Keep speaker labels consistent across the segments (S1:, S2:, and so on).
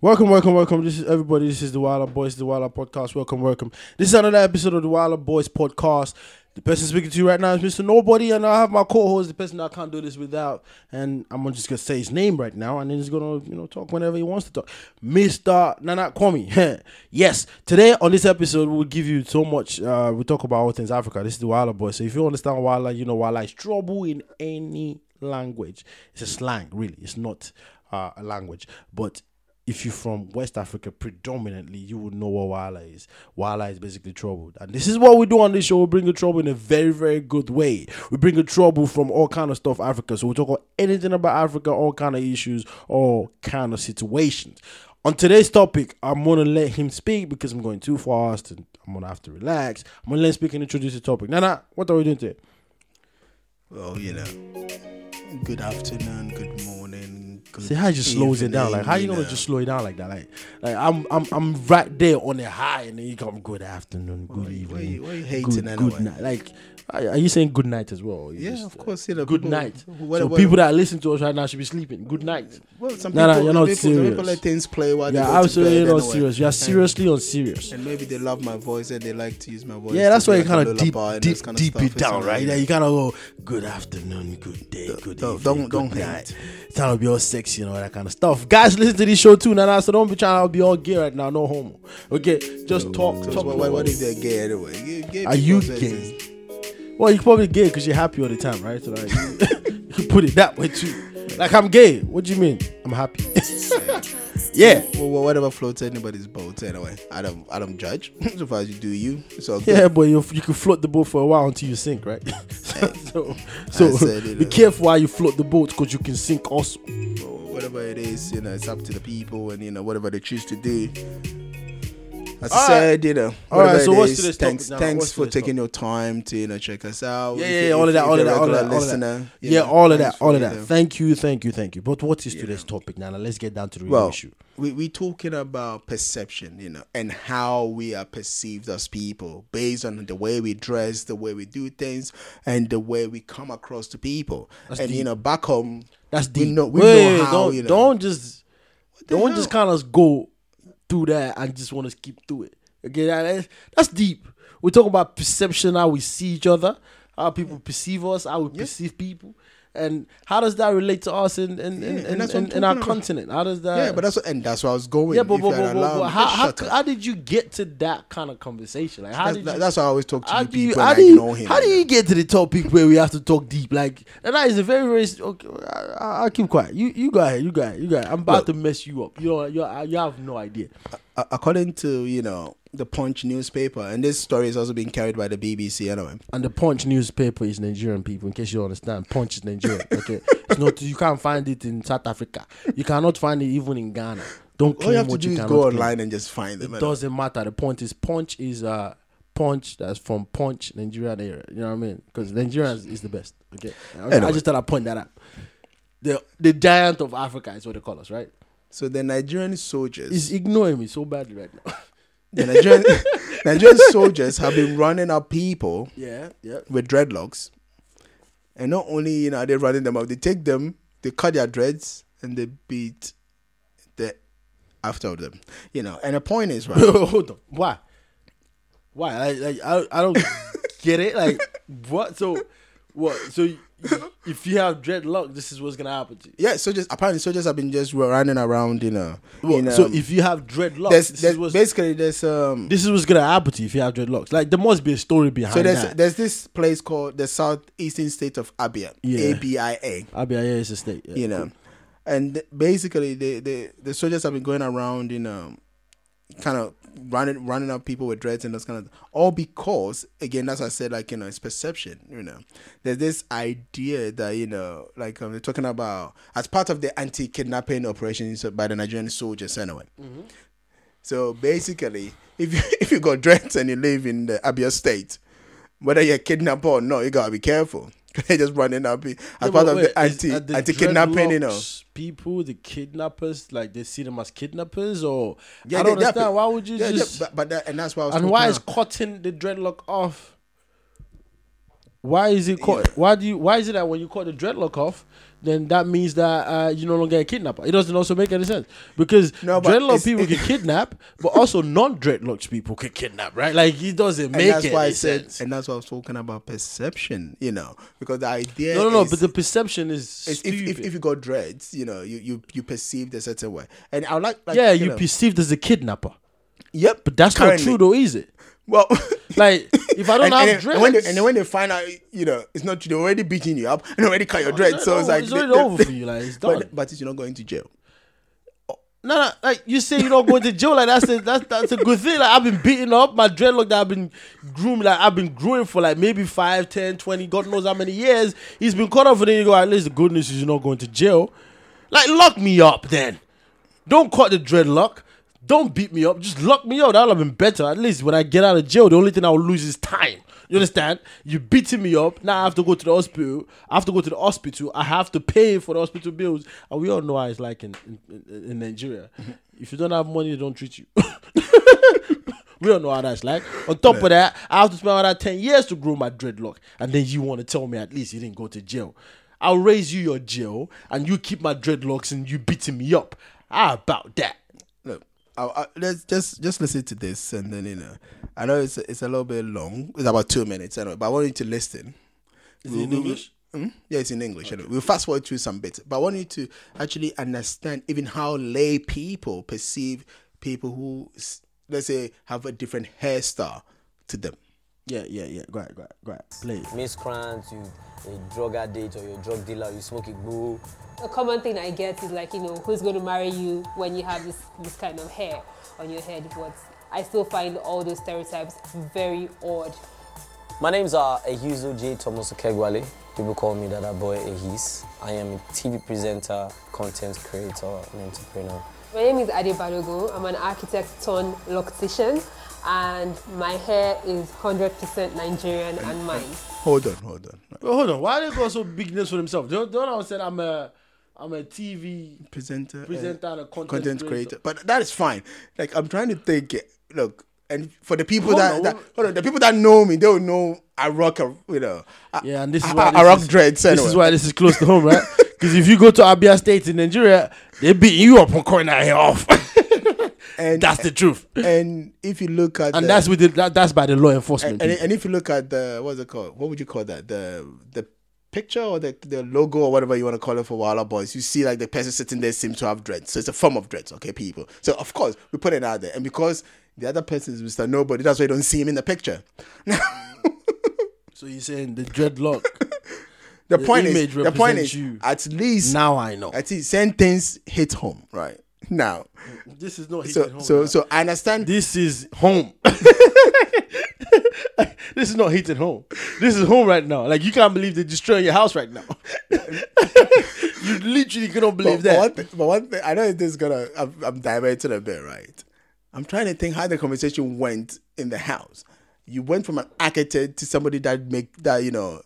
S1: Welcome, welcome, welcome. This is everybody. This is the Wilder Boys, the Wilder Podcast. Welcome, welcome. This is another episode of the Wilder Boys Podcast. The person speaking to you right now is Mr. Nobody, and I have my co-host, the person I can't do this without, and I'm just gonna say his name right now, and then he's gonna, you know, talk whenever he wants to talk. Mr. Nana Kwame. yes, today on this episode, we'll give you so much. Uh, we talk about all things Africa. This is the Wilder Boys. So if you understand Wilder, you know Wilder is trouble in any language. It's a slang, really. It's not uh, a language, but if you're from West Africa predominantly, you would know what Wala is. Wala is basically trouble. And this is what we do on this show. We bring you trouble in a very, very good way. We bring you trouble from all kind of stuff Africa. So we talk about anything about Africa, all kind of issues, all kind of situations. On today's topic, I'm gonna let him speak because I'm going too fast and I'm gonna have to relax. I'm gonna let him speak and introduce the topic. Nana, what are we doing today?
S2: Well, you know, good afternoon, good morning. Good
S1: See how it just slows it down. Like
S2: evening,
S1: how you gonna
S2: know.
S1: just slow it down like that? Like like I'm I'm I'm right there on a high and then you come good afternoon, good
S2: Why you- why
S1: evening.
S2: you- why you
S1: good,
S2: hating
S1: good
S2: anyway?
S1: night. Like are are you saying good night as well? or you
S2: Yeah,
S1: just,
S2: of
S1: uh,
S2: course. You know,
S1: good
S2: people-
S1: night.
S2: What,
S1: so
S2: what,
S1: people that listen to us right now should be sleeping. Good night.
S2: well, some
S1: Nah, nah,
S2: people,
S1: you're not
S2: people, some People
S1: serious.
S2: let things play while
S1: Yeah,
S2: they go
S1: absolutely
S2: to bed
S1: not
S2: anyway.
S1: serious. You are
S2: And-
S1: seriously unserious.
S2: And maybe they love my voice and they like to use my voice.
S1: Yeah, that's
S2: to
S1: why you
S2: be like a
S1: kind of deep,
S2: lullaby and
S1: deep,
S2: those kind of
S1: deep
S2: stuff.
S1: it
S2: It's
S1: down,
S2: not
S1: right?
S2: really-
S1: Yeah, you kind of go, good afternoon, good day, good evening,
S2: don't- don't-
S1: good
S2: don't
S1: night.
S2: hate.
S1: Trying to be all sexy and all that kind of stuff. Guys, listen to this show too, Nana. So don't be trying to be all gay right now, no homo. Okay, just talk,
S2: So
S1: talk.
S2: what, what if they're gay anyway? Gay- gay
S1: Are you
S2: people exist.
S1: gay? Well, you're probably gay because you're happy all the time, right? So like, you can put it that way too. Like I'm gay. What do you mean? I'm happy. yeah.
S2: Well, well, whatever floats anybody's boat. Anyway, I don't, I don't judge. so far as you do you, it's all good.
S1: Yeah, but you, you can float the boat for a while until you sink, right? so, so,
S2: said it,
S1: be
S2: uh,
S1: careful how you float the boat because you can sink also.
S2: Whatever it is, you know, it's up to the people, and you know, whatever they choose to do. As
S1: All right.
S2: I said, you know,
S1: All right,
S2: whatever
S1: so
S2: it
S1: what's
S2: is,
S1: today's topic
S2: thanks,
S1: now?
S2: thanks
S1: What's
S2: for
S1: today's
S2: taking your time to you know check us out.
S1: Yeah,
S2: If
S1: yeah,
S2: you-
S1: yeah, all
S2: if
S1: of that,
S2: you're
S1: all of
S2: a
S1: that, all of
S2: regular
S1: that, all of that.
S2: listener, you
S1: Yeah,
S2: know,
S1: all of that,
S2: thanks
S1: all
S2: for
S1: of
S2: your
S1: that.
S2: time.
S1: Thank you, thank you, thank you. But what is today's topic, Nana? Let's get down to the real
S2: Well,
S1: issue.
S2: we we talking about perception, you know, and how we are perceived as people based on the way we dress, the way we do things, and the way we come across to people. and you know, back home,
S1: That's
S2: we
S1: deep.
S2: know we
S1: Wait,
S2: know how
S1: don't,
S2: you know.
S1: don't just
S2: the
S1: don't just kind of go through that and just want to skip through it. Okay, that- that's, that's deep. We talk about perception, how we see each other, how people perceive us, how we perceive people, and how does that relate to us in in, in,
S2: and
S1: in,
S2: that's what I'm
S1: in- in our
S2: talking about.
S1: continent? How does that?
S2: yeah, but that's what, and that's where I was going.
S1: yeah, but,
S2: If
S1: but,
S2: you had
S1: but, but,
S2: allowed
S1: but
S2: me,
S1: how,
S2: just
S1: how,
S2: shut
S1: c-
S2: up.
S1: how did you get to that kind of conversation? Like, how
S2: that's,
S1: did
S2: that-
S1: you,
S2: that's why I always talk to
S1: how
S2: you
S1: do you,
S2: people.
S1: how
S2: and
S1: do
S2: I
S1: you,
S2: ignore him.
S1: how do you get to the topic where we have to talk deep? Like, and that is a very, very. Okay, I, I- I'll keep quiet. You, you go ahead. You go ahead. You go ahead. I'm about to mess you up. You know, you, you have no idea.
S2: A- according to you know the Punch newspaper, and this story is also being carried by the BBC anyway.
S1: And the Punch newspaper is Nigerian people, in case you don't understand. Punch is Nigerian. Okay, it's not. You can't find it in South Africa. You cannot find it even in Ghana. Don't
S2: All you
S1: claim
S2: have to
S1: what
S2: do
S1: you
S2: is
S1: cannot
S2: go
S1: claim.
S2: online and just find them.
S1: It
S2: and-
S1: doesn't matter. The point is, Punch is uh Punch that's from Punch Nigerian area. You know what I mean? Because Nigerians is the best. Okay, I- I
S2: Anyway.
S1: just thought I'd point that out. The the giant of Africa is what they call us, right?
S2: So the Nigerian soldiers,
S1: He's ignoring me so badly right now.
S2: the Nigerian, Nigerian soldiers have been running up people
S1: yeah, yeah.
S2: with dreadlocks, and not only you know are they running them up, they take them, they cut their dreads, and they beat the after them. You know, and the point is right.
S1: Hold on. Why? Why? Like, like I I don't get it. Like what? So what? So y- if you have dreadlock, this is what's gonna happen to you.
S2: Yeah, soldiers. Apparently, soldiers have been just running around. You know,
S1: Well,
S2: in,
S1: so
S2: um,
S1: if you have dreadlocks,
S2: there's,
S1: this
S2: there's
S1: is what's
S2: basically there's um
S1: this is what's gonna happen to you if you have dreadlocks. Like there must be a story behind
S2: so there's
S1: that.
S2: there's this place called the southeastern state of Abia,
S1: Yeah.
S2: A B I A.
S1: Abia yeah, it's a state. Yeah.
S2: You know, and basically the the the soldiers have been going around you know, kind of running running up people with dreads and those kind of all because again that's what I said like you know it's perception you know there's this idea that you know like um, they're talking about as part of the anti kidnapping operations by the Nigerian soldiers anyway. So basically, if you if you got dreads and you live in the Abia state, whether you're kidnapped or not, you gotta be careful. They're just running up as part of the anti anti kidnapping, you know.
S1: People, the kidnappers, like they see them as kidnappers, or
S2: Yeah,
S1: I don't
S2: they- they
S1: understand.
S2: are pe-
S1: Why would you
S2: Yeah, yeah,
S1: just
S2: but, but that, and that's why I was
S1: and
S2: talking
S1: why is
S2: about-
S1: cutting the dreadlock off Why is it called? Why do you? Why is it that when you cut the dreadlock off, then that means that uh, you no longer a kidnapper? It doesn't also make any sense because
S2: No, but
S1: dreadlock
S2: it's-
S1: people
S2: it-
S1: can kidnap, but also non-dreadlocks people can kidnap, right? Like it doesn't make
S2: and that's
S1: any
S2: why I said,
S1: sense.
S2: and that's why I was talking about perception. You know, because the idea.
S1: no, no, no.
S2: is-
S1: But the perception is
S2: is if,
S1: stupid.
S2: if, if you got dreads, you know, you you you perceived a certain way, and I like, like
S1: yeah, you
S2: know,
S1: perceived as a kidnapper,
S2: yep,
S1: but that's not
S2: currently.
S1: true though, is it?
S2: Well,
S1: Like if I don't
S2: and,
S1: have
S2: and, then-
S1: dreads,
S2: and when they, and then when they find out, you know, it's not true, they already beating you up and already cut your dreads, so it's
S1: over-
S2: like
S1: it's
S2: they-
S1: already
S2: they-
S1: over for you, like, it's done.
S2: But, but you're not going to jail.
S1: No, no, like you say, you don't go to jail. Like that's a, that's that's a good thing. Like I've been beaten up, my dreadlock that I've been grooming, like I've been growing for like maybe 5, 10, 20, God knows how many years. He's been caught up for then you go. At least the good news is you're not going to jail. Like lock me up then. Don't cut the dreadlock. Don't beat me up. Just lock me up. That'll have been better. At least when I get out of jail, the only thing I'll lose is time. You understand? You're beating me up. Now I have to go to the hospital. I have to go to the hospital. I have to pay for the hospital bills. And we all know how it's like in, in, in- in Nigeria. If you don't have money, they don't treat you. we all know how that's like. On top of that, I have to spend another 10 years to grow my dreadlock. And then you want to tell me at least you didn't go to jail. I'll raise you your jail and you keep my dreadlocks and you beating me up. How about that?
S2: Look, I, I, let's just just listen to this, and then you know, I know it's it's a little bit long. It's about two minutes, anyway, but I want you to listen.
S1: Is it in English?
S2: Hmm? Yeah, it's in English. Anyway. We'll fast forward through some bits, but I want you to actually understand even how lay people perceive people who, s- let's say, have a different hairstyle to them.
S1: Yeah, yeah, yeah. Go ahead, go ahead, go ahead. Play it.
S3: miscreants, you a drug addict or you're a drug dealer, you smoke igbo.
S4: A common thing I get is like, you know, who's going to marry you when you have this, this kind of hair on your head? But I still find all those stereotypes very odd.
S3: My name's uh, Ehizu J. Thomas Okegwale. People call me Dada Boy Ehis. I am a TV presenter, content creator, and entrepreneur.
S4: My name is Ade Badogo. I'm an architect turned loctician, and my hair is 100% Nigerian and mine.
S2: Hold on, hold on.
S1: But hold on, why they got so big names for themselves? Don't don't I said I'm a I'm a TV
S2: Presenter, uh,
S1: presenter and a content,
S2: content
S1: creator.
S2: creator. But that is fine. Like I'm trying to think. Look, and for the people
S1: Hold
S2: that,
S1: on,
S2: that
S1: hold-
S2: hold on, the people that know me, they'll know I rock a you know. I,
S1: Yeah, and this
S2: I,
S1: is why
S2: I,
S1: this
S2: Ah, rock
S1: is,
S2: dreads.
S1: This
S2: anyway.
S1: is why this is close to home, right? Because if you go to Abia State in Nigeria, they beat you up on cutting that hair off.
S2: And-
S1: that's the truth,
S2: And if you look at
S1: and
S2: the,
S1: that's with the, that, that's by the law enforcement.
S2: and,
S1: people.
S2: and if you look at the what's it called? What would you call that? The the picture or the, the logo or whatever you want to call it for Walla Boys, you see like the person sitting there seems to have dreads. So it's a form of dreads, okay, people. So of course we put it out there. And because the other person is Mr. Nobody, that's why you don't see him in the picture.
S1: so you're saying the dreadlock?
S2: The, point
S1: image
S2: is the point
S1: represents
S2: is
S1: you.
S2: at least
S1: now I know.
S2: at least certain things hit home, right? Now.
S1: This is not
S2: So
S1: hitting home.
S2: so
S1: right?
S2: so I understand
S1: this is home. this is not hitting home. This is home right now. Like you can't believe they're destroying your house right now. you literally cannot believe
S2: but, but
S1: that.
S2: one thi- but one thing, I know this is gonna, I'm, I'm diverting a bit, right? I'm trying to think how the conversation went in the house. You went from an architect to somebody that make that you know,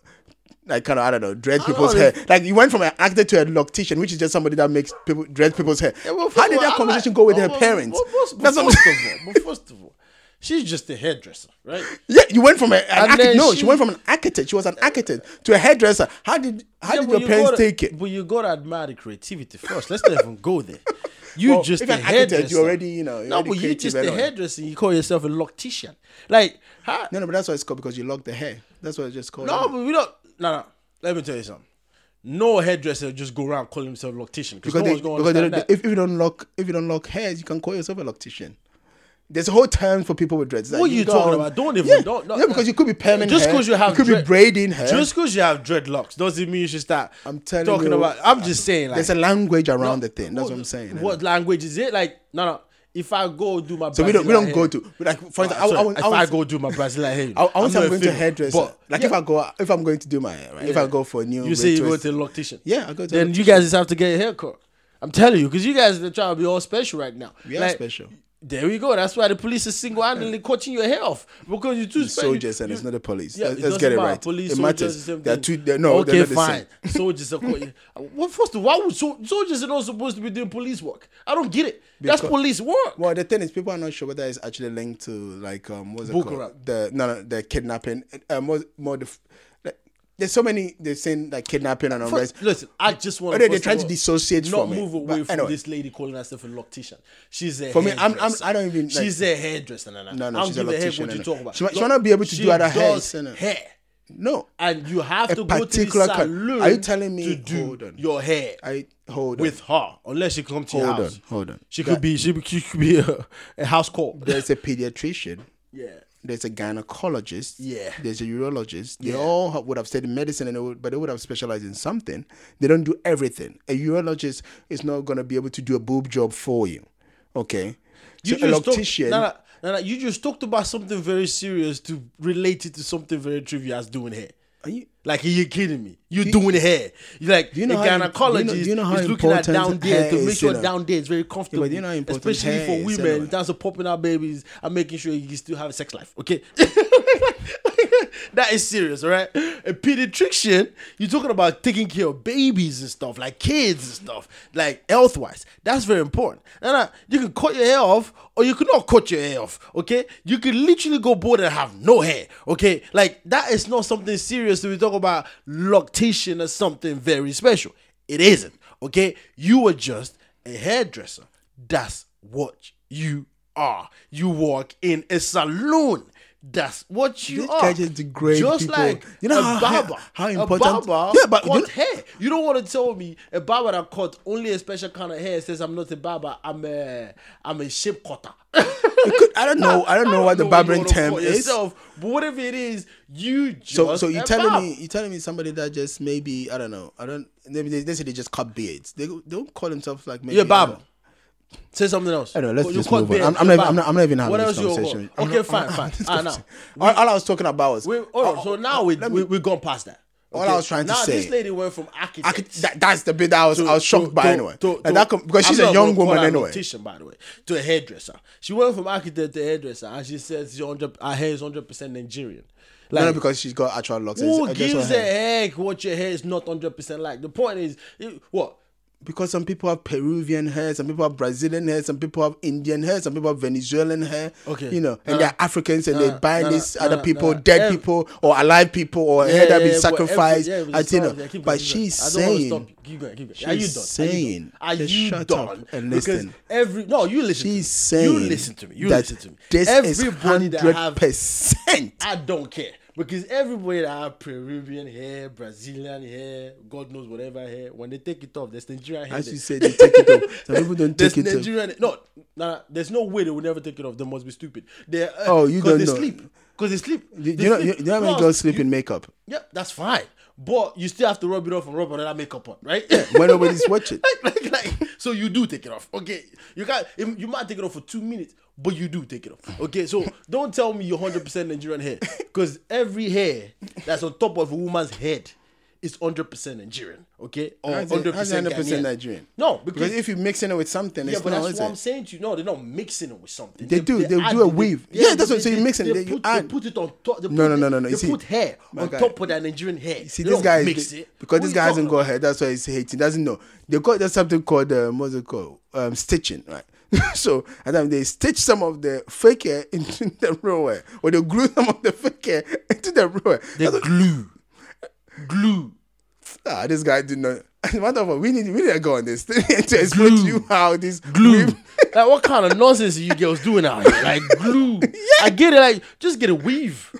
S2: like kind of I don't know, dread people's
S1: know,
S2: hair. Like you went from an architect to a loctician, which is just somebody that makes people dread people's hair. how did that conversation go with her parents?
S1: But first,
S2: That's
S1: but
S2: what I'm
S1: first of
S2: saying.
S1: all, but first of all, she's just a hairdresser, right?
S2: Yeah, you went from a, an
S1: And
S2: architect.
S1: then
S2: No, she,
S1: she-
S2: went from an architect. She was an architect to a hairdresser. How did how
S1: Yeah,
S2: did
S1: but
S2: your
S1: you
S2: parents
S1: gotta-
S2: take it?
S1: But you gotta admire the creativity first. Let's not even go there. You
S2: Well,
S1: just
S2: if
S1: a
S2: an architect, you
S1: hairdresser.
S2: already, you know, you're
S1: No,
S2: already
S1: but you
S2: creative
S1: just a
S2: anyway.
S1: hairdresser. You call yourself a loctician. Like, how,
S2: No, no, but that's why it's called because you locked the hair. That's what it's just called.
S1: No, but we don't. No, no. Let me tell you something. No hairdresser just go around calling himself loctician because no
S2: because, they,
S1: one's going to
S2: because they
S1: understand
S2: don't,
S1: that.
S2: if, if you don't lock if you don't lock hairs, you can call yourself a loctician. There's a whole term for people with dreads. Like,
S1: what are you
S2: go
S1: talking
S2: out-
S1: about? Don't even.
S2: Yeah,
S1: don't, no,
S2: yeah, because you could be permanent.
S1: Just
S2: hair,
S1: because you have
S2: could be
S1: dread-
S2: braiding hair.
S1: Just because you have dreadlocks doesn't mean you should start.
S2: I'm telling
S1: talking
S2: you,
S1: about. I'm just saying. Like,
S2: there's a language
S1: no,
S2: around the thing. That's what, I'm
S1: what-
S2: saying.
S1: What language is it? Like, no, no. If I go do my
S2: so we don't we
S1: Brazilian
S2: don't go
S1: hair-
S2: to like for
S1: Sorry,
S2: instance. I, I, would-
S1: if
S2: I,
S1: I,
S2: would-
S1: go do my Brazilian hair,
S2: I, I would say I'm going to a
S1: female,
S2: hairdresser.
S1: but-
S2: like
S1: yeah.
S2: if I go if I'm going to do my hair, right? If
S1: Yeah.
S2: I go for a new,
S1: You say you go
S2: retwist-
S1: to the loctician.
S2: Yeah, I go to a
S1: Then you guys just have to get a haircut. I'm telling you, because you guys are trying to be all special right now.
S2: We are special.
S1: There we go. That's why the police is single handedly cutting your hair off because you're too
S2: It's
S1: special.
S2: soldiers and
S1: You-
S2: it's not the police.
S1: yeah,
S2: Let's-
S1: it
S2: Let's
S1: doesn't
S2: get it
S1: matter.
S2: right.
S1: Police,
S2: It
S1: soldiers,
S2: matters.
S1: the same
S2: They're
S1: thing.
S2: two. They're, no,
S1: okay,
S2: they're not the
S1: fine.
S2: same.
S1: Soldiers are cutting. Well, first of all, why would sol- soldiers are not supposed to be doing police work? I don't get it. That's
S2: Because-
S1: police work.
S2: Well, the thing is, people are not sure whether it's actually linked to like um, what's it
S1: Boko
S2: called?
S1: Haram.
S2: The no, no, the kidnapping. Uh, more, more the, f- like, There's so many they're saying like kidnapping and all that.
S1: First, listen, I just want
S2: Oh, they- they try to dissociate
S1: not
S2: from it,
S1: move
S2: but
S1: away from
S2: anyway.
S1: this lady calling herself a loctician. She's a
S2: For me, I'm- I'm-
S1: hairdresser.
S2: I don't even, like-
S1: she's a hairdresser. No,
S2: No, no,
S1: I don't
S2: she's a
S1: give a, heck
S2: loctician,
S1: what
S2: no,
S1: you
S2: no.
S1: talk about.
S2: She might- she might not be able to do other
S1: hair.
S2: hairs, no, no.
S1: hair,
S2: No,
S1: and you have
S2: A
S1: to go to the
S2: particular kind-
S1: salon.
S2: Are you telling me-
S1: to do
S2: hold on.
S1: your hair
S2: I hold on.
S1: with her? Unless she come to your
S2: Hold
S1: house.
S2: on, hold on.
S1: She could be. She, be- she could be a, a house call.
S2: there's a pediatrician.
S1: Yeah.
S2: There's a gynecologist.
S1: Yeah.
S2: There's a urologist. They all ha would have studied medicine, and they would, but they would have specialized in something. They don't do everything. A urologist is not going to be able to do a boob job for you. Okay. So a
S1: talk-
S2: loctician.
S1: nah, nah, nah, nah, you just talked about something very serious to relate it to something very trivial as doing hair.
S2: Are you-
S1: Like are you kidding me? You doing hair? You like
S2: you know
S1: a
S2: how-
S1: gynecologist
S2: do you know- do you know how
S1: is looking at down
S2: important
S1: there
S2: hair
S1: to
S2: is,
S1: make sure
S2: you know?
S1: down there is very comfortable.
S2: you know how important
S1: especially
S2: hair
S1: for
S2: is,
S1: women
S2: anyway.
S1: in terms of popping out babies and making sure you still have a sex life. Okay. that is serious, all right? A pediatrician, you're talking about taking care of babies and stuff, like kids and stuff, like health wise. That's very important. And uh, you can cut your hair off, or you could not cut your hair off, okay? You could literally go bald and have no hair, okay? Like, that is not something serious to be talking about lactation or something very special. It isn't, okay? You were just a hairdresser. That's what you are. You work in a saloon. That's what you
S2: These
S1: are.
S2: guys just degrade
S1: Just
S2: people.
S1: like
S2: You know
S1: a
S2: how- how-
S1: barber.
S2: how
S1: a
S2: important-
S1: barber
S2: Yeah, but you
S1: cut
S2: know-
S1: hair. You don't want to tell me a barber that cut only a special kind of hair says I'm not a barber. I'm a I'm a shape cutter.
S2: could- I don't know- I don't know what the
S1: you
S2: barbering
S1: wanna
S2: term
S1: call
S2: is.
S1: Yourself, but whatever it is, you just
S2: so so
S1: a
S2: you telling
S1: barber.
S2: me you telling me somebody that just maybe I don't know I don't maybe they, they say they just cut beards they, they don't call themselves like maybe
S1: You're a
S2: I don't
S1: barber. Say something else.
S2: I don't know. Let's
S1: You
S2: just
S1: cut
S2: move on.
S1: beard,
S2: I'm,
S1: you're
S2: I'm, not,
S1: a
S2: even- I'm,
S1: barber.
S2: not, I'm not even having
S1: what
S2: this
S1: else you want?
S2: conversation. I'm
S1: Okay,
S2: not- I'm
S1: fine,
S2: not
S1: fine.
S2: having this
S1: Ah, now.
S2: conversation. Oh, all, all I was talking about was
S1: Wait, hold on. oh, So now we, we we've gone past that.
S2: All I was trying to
S1: now
S2: say-
S1: this lady went from architect.
S2: I could, that, that's the bit that I was I was shocked
S1: to-
S2: by
S1: to-
S2: anyway.
S1: to- to-
S2: and that com- because she's
S1: I'm
S2: a
S1: not
S2: young
S1: gonna call
S2: woman
S1: her a
S2: anyway.
S1: Mortician, by the way, to a hairdresser. She went from architect to hairdresser, and she says she's 100 her hair is hundred percent Nigerian. Like,
S2: No, no, because she's got actual locks. It's-
S1: who
S2: I guess
S1: gives
S2: her
S1: a
S2: hair.
S1: heck what your hair is not hundred percent like? The point is, it- what
S2: Because some people have Peruvian hair, some people have Brazilian hair, some people have Indian hair, some people have Venezuelan hair.
S1: Okay.
S2: you know, and
S1: Nah,
S2: they're Africans and they
S1: nah,
S2: buy
S1: nah,
S2: these
S1: nah,
S2: other
S1: nah,
S2: people,
S1: nah.
S2: dead
S1: Ev-
S2: people or alive people or hair
S1: yeah,
S2: that been
S1: but every-
S2: sacrificed.
S1: yeah, it was
S2: I think,
S1: sacrificed. I keep
S2: but
S1: going, keep
S2: she's
S1: going. I don't
S2: saying
S1: wanna stop you. Keep going, keep going. Are you
S2: she's
S1: done?
S2: saying,
S1: Are you done? Are
S2: just
S1: you
S2: shut
S1: done?
S2: up and
S1: Because
S2: listen.
S1: every no, you listen.
S2: she's
S1: to me.
S2: saying
S1: you listen to me. You
S2: that
S1: listen to me.
S2: This
S1: Everybody
S2: is
S1: that
S2: hundred
S1: have
S2: percent.
S1: I don't care because everybody that have Peruvian hair, Brazilian hair, God knows whatever hair, when they take it off, there's Nigerian hair.
S2: As
S1: there.
S2: you said, they take it off. Some people don't
S1: There's
S2: take it off.
S1: Nigerian. No, nah, there's no way they will never take it off. They must be stupid. They uh,
S2: Oh, you
S1: 'cause
S2: don't
S1: they
S2: know.
S1: sleep because they sleep.
S2: You,
S1: They
S2: you know, you,
S1: sleep.
S2: you know how many
S1: Plus,
S2: girls sleep
S1: you-
S2: in makeup?
S1: Yep, that's fine. But you still have to rub it off and rub another makeup on, right?
S2: When nobody's watching.
S1: like, like, like, so you do take it off. Okay. You can't you might take it off for two minutes, but you do take it off. Okay, so don't tell me you're hundred percent Nigerian hair. Because every hair that's on top of a woman's head is hundred percent Nigerian. Okay? Or
S2: How's it- how's it
S1: Oh, hundred percent
S2: 100% Nigerian?
S1: No,
S2: Because
S1: because,
S2: if you're mixing it with something,
S1: yeah,
S2: it's
S1: but
S2: not,
S1: that's
S2: is
S1: what
S2: it?
S1: I'm saying to you. No, they're not mixing it with something.
S2: They do. They
S1: add-
S2: do a weave. Yeah, that's what- so you mix it,
S1: They
S2: then you
S1: put,
S2: add.
S1: They put it on top. they
S2: No,
S1: put
S2: no, no,
S1: it-
S2: no, no, you
S1: They
S2: see-
S1: put hair
S2: my
S1: on
S2: guy.
S1: top of that Nigerian hair.
S2: See,
S1: They
S2: this
S1: don't
S2: guy,
S1: mix it.
S2: because
S1: What
S2: this
S1: you
S2: guy hasn't
S1: talking
S2: got
S1: about?
S2: hair, that's why he's hating. Doesn't know. They got there's something called uh, what's it called? Um, stitching, right? so and then they stitch some of the fake hair into the real hair, or they glue some of the fake hair into the real hair. That's
S1: The
S2: what-
S1: glue. Glue.
S2: Ah, this guy did not. Wonderful. We need we need to go on this to explain to you how this
S1: Glue.
S2: weave-
S1: like what kind of nonsense are you girls doing out here? Like glue. I get it, like just get a weave.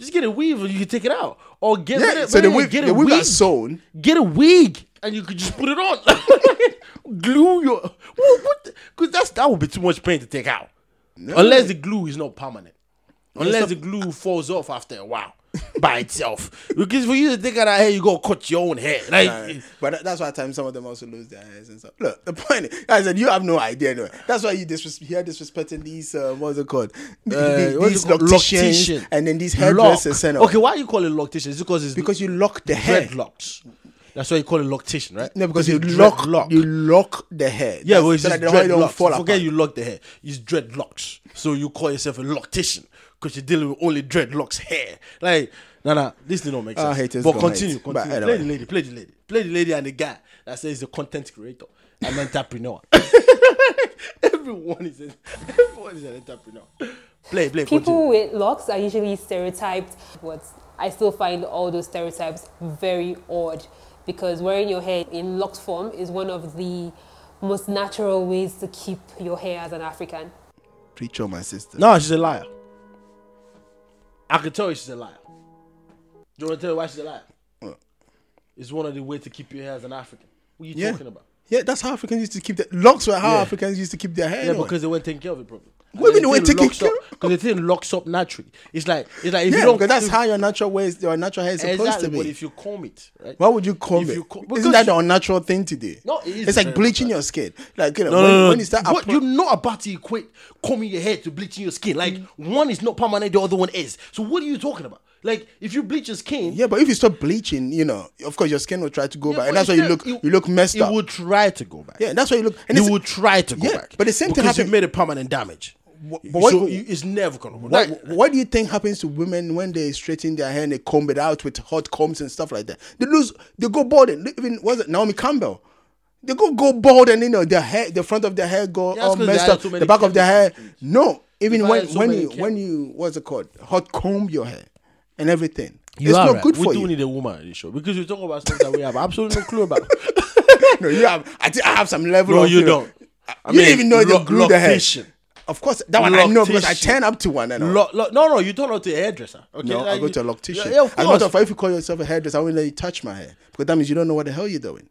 S1: Just get a weave and you can take it out. Or get
S2: Yeah,
S1: rid of-
S2: so the
S1: wait,
S2: wig-
S1: get a
S2: the wig are
S1: wig.
S2: sewn.
S1: Get a wig and you could just put it on. glue your what, what cause that's that would be too much pain to take out. Unless the glue is not permanent. Unless the glue falls off after a while by itself. Because for you to take out that hair, you gotta cut your own hair. Like
S2: Right. But that- that's why at times some of them also lose their hairs and stuff. Look, the point is, I said you have no idea anyway. That's why you disres- here disrespecting these uh, what's it called? The- the-
S1: what's
S2: these
S1: Uh, it called?
S2: locticians
S1: Loctician.
S2: and then these
S1: Lock.
S2: hairdressers and all.
S1: Okay, why you call it loctician? It's because it's
S2: because you lock the hair.
S1: dreadlocks. That's why you call it loctician, right?
S2: No, because you lock,
S1: dreadlock.
S2: you lock the hair.
S1: yeah,
S2: That's-
S1: well, it's
S2: so
S1: just
S2: that the hair don't
S1: dreadlocks.
S2: fall
S1: Forget
S2: apart.
S1: you lock the hair. It's dreadlocks. So you call yourself a loctician because you're dealing with only dreadlocks hair. Like, nah, nah, this thing don't make
S2: Ah,
S1: sense.
S2: haters
S1: but
S2: gonna
S1: continue,
S2: hate.
S1: continue.
S2: But
S1: play
S2: anyway.
S1: the lady, play the lady, play the lady and the guy that says he's a content creator, an entrepreneur. everyone is, a, everyone is an entrepreneur.
S2: Play, play,
S4: People
S2: continue.
S4: with locks are usually stereotyped, but I still find all those stereotypes very odd because wearing your hair in locked form is one of the most natural ways to keep your hair as an African.
S2: Preach on my sister.
S1: No, she's a liar. I can tell you she's a liar. Do you want to tell you why she's a liar?
S2: What?
S1: It's one of the ways to keep your hair as an African. What are you
S2: Yeah.
S1: talking about?
S2: Yeah, that's how Africans used to keep their locks were how
S1: Yeah.
S2: Africans used to keep their hair.
S1: Yeah,
S2: on.
S1: because they weren't taking care of it properly.
S2: What do you mean they weren't taking care of-
S1: Because the thing locks up naturally. It's like it's like if you
S2: yeah,
S1: don't
S2: because that's
S1: if-
S2: how your natural way is, your natural hair is supposed
S1: exactly.
S2: to be.
S1: But if you comb it, right?
S2: Why would you comb
S1: If
S2: it?
S1: you co-
S2: Isn't
S1: because
S2: that the
S1: you-
S2: unnatural thing to do?
S1: No, it is
S2: It's like
S1: very
S2: bleaching
S1: natural.
S2: your skin. Like you know,
S1: No,
S2: when,
S1: no, no, no.
S2: when you start
S1: What-
S2: appro-
S1: you're not about to equate combing your hair to bleaching your skin. Like
S2: Mm.
S1: one is not permanent, the other one is. So what are you talking about? Like if you bleach your skin,
S2: Yeah, but if you stop bleaching, you know, of course your skin will try to go
S1: yeah,
S2: back,
S1: but
S2: and that's why you
S1: it's
S2: look
S1: still-
S2: you look messed
S1: it
S2: up.
S1: will try to go back.
S2: yeah, that's why you look. And
S1: you
S2: it's-
S1: will try to go
S2: Yeah,
S1: back.
S2: but the same thing
S1: because
S2: happen-
S1: you've made a permanent damage.
S2: but what-
S1: so you, it's never gonna work.
S2: What,
S1: That-
S2: what do you think happens to women when they straighten their hair and they comb it out with hot combs and stuff like that? They lose, they go bald. And even was it Naomi Campbell? They go go bald and you know their hair, the front of their hair go
S1: Yeah, it's
S2: all
S1: 'cause they
S2: messed
S1: added
S2: up,
S1: so many
S2: the back of their hair.
S1: chemicals.
S2: No, even
S1: They've
S2: when
S1: added so
S2: when
S1: many
S2: you when you what's it called hot comb your hair and everything.
S1: You
S2: it's
S1: are
S2: not
S1: right.
S2: good
S1: we
S2: for
S1: do
S2: you.
S1: need a woman in the show because we talk about stuff that we have absolutely no clue about.
S2: no, you have. I think I have some level.
S1: No,
S2: of,
S1: you
S2: know,
S1: don't.
S2: I-
S1: I
S2: you didn't
S1: mean,
S2: even know they
S1: lo-
S2: glue the hair.
S1: loctician.
S2: Of course, that one I know because I
S1: Loctician.
S2: turn up to one. And all.
S1: Lo- lo- no, no, you turn out to a hairdresser. Okay,
S2: No, I
S1: Like,
S2: go to a
S1: you-
S2: loctician.
S1: Yeah, yeah, of
S2: As a matter of
S1: course.
S2: fact, if you call yourself a hairdresser, I won't let you touch my hair because that means you don't know what the hell you're doing.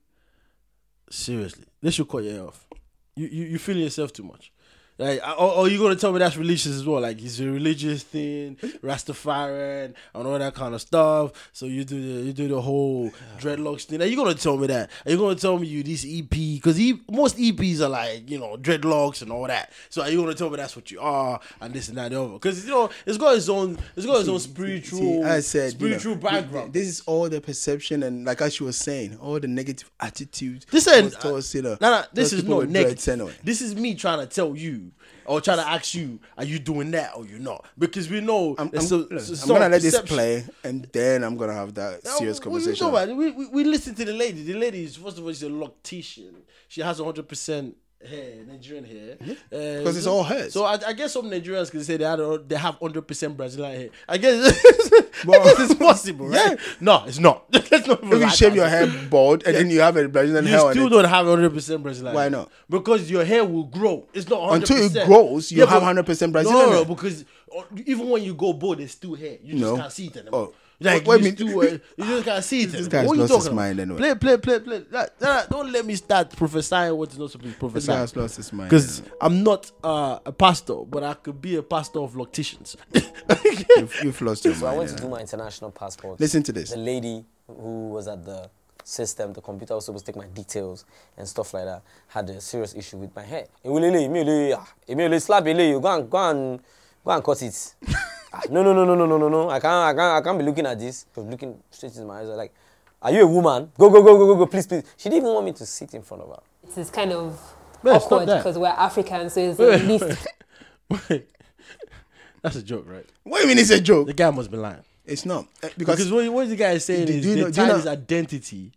S1: Seriously, they should cut your hair off. You you you feeling yourself too much. Like, I- or, or you gonna tell me that's religious as well? Like, it's a religious thing, Rastafarian, and all that kind of stuff. So you do the you do the whole dreadlocks thing. Are you gonna tell me that? Are you gonna tell me you this E EP? Because most EPs are like you know dreadlocks and all that. So are you gonna tell me that's what you are and this and that and the other? Because you know it's got its own it's got its own spiritual
S2: See, I said, you know,
S1: spiritual
S2: th- th-
S1: background.
S2: This is all the perception and, like as you were saying, all the negative attitudes.
S1: This ain't
S2: towards- towards, you know,
S1: no, no,
S2: those
S1: this is
S2: people
S1: not
S2: with dreads
S1: negative.
S2: anyway.
S1: This is me trying to tell you or trying to ask you, are you doing that or you not? Because we know
S2: I'm, I'm,
S1: there's so-
S2: look,
S1: so-
S2: I'm
S1: some
S2: gonna let this
S1: perception.
S2: play, and then I'm gonna have that
S1: Now,
S2: serious
S1: what you
S2: conversation.
S1: talking about? We, we we listen to the lady. The lady is first of all she's a loctician. She has hundred percent hair, Nigerian hair. Uh,
S2: Because it's
S1: so-
S2: all hers.
S1: So I, I guess some Nigerians can say they had a- they have hundred percent Brazilian hair. I guess, I guess it's possible, right?
S2: Yeah.
S1: No, it's not. Let's not even
S2: If you
S1: lie
S2: shave
S1: to
S2: your
S1: ourselves.
S2: hair bald and then you have a Brazilian hair
S1: You
S2: on
S1: still
S2: it,
S1: don't have 100 percent Brazilian.
S2: Why
S1: hair.
S2: not?
S1: Because your hair will grow. It's not 100%.
S2: Until it grows, you have
S1: but-
S2: 100% Brazilian
S1: No, no, no,
S2: hair.
S1: because uh, even when you go bald, there's still hair. You just
S2: No.
S1: can't see it anymore.
S2: Oh.
S1: Like
S2: What- what
S1: you,
S2: do you
S1: still, uh,
S2: mean?
S1: you just can't see it.
S2: This
S1: anymore.
S2: guy's
S1: What you
S2: lost his
S1: talking
S2: mind
S1: about?
S2: anyway.
S1: Play, play, play, play. Nah, nah, don't let me start prophesying what's not supposed to be
S2: this guy
S1: prophesied.
S2: has lost his mind.
S1: Because I'm not uh, a pastor, but I could be a pastor of locticians.
S2: you've, you've lost your
S3: So I
S2: mind.
S3: went to
S2: you
S3: do
S2: know.
S3: my international passport.
S2: Listen to this.
S3: The lady who was at the system, the computer was supposed to take my details and stuff like that, had a serious issue with my hair. Iwilele, Emile, ah, Emile, slap Emile, go and go and go and cut it. Ah, no, no, no, no, no, no, no, no. I can't, I can't, I can't be looking at this. She was looking straight into my eyes, like, are you a woman? Go, go, go, go, go, go, please, please. She didn't even want me to sit in front of her.
S4: It is kind of
S1: Man, stop
S4: awkward
S1: that.
S4: because we're African, so it's the least
S1: That's a joke, right?
S2: What do you mean it's a joke?
S1: The guy must be lying.
S2: It's not Uh, because,
S1: Because what, what the guy is saying
S2: Do-
S1: is
S2: do you
S1: they
S2: know- do
S1: tie
S2: you know-
S1: his identity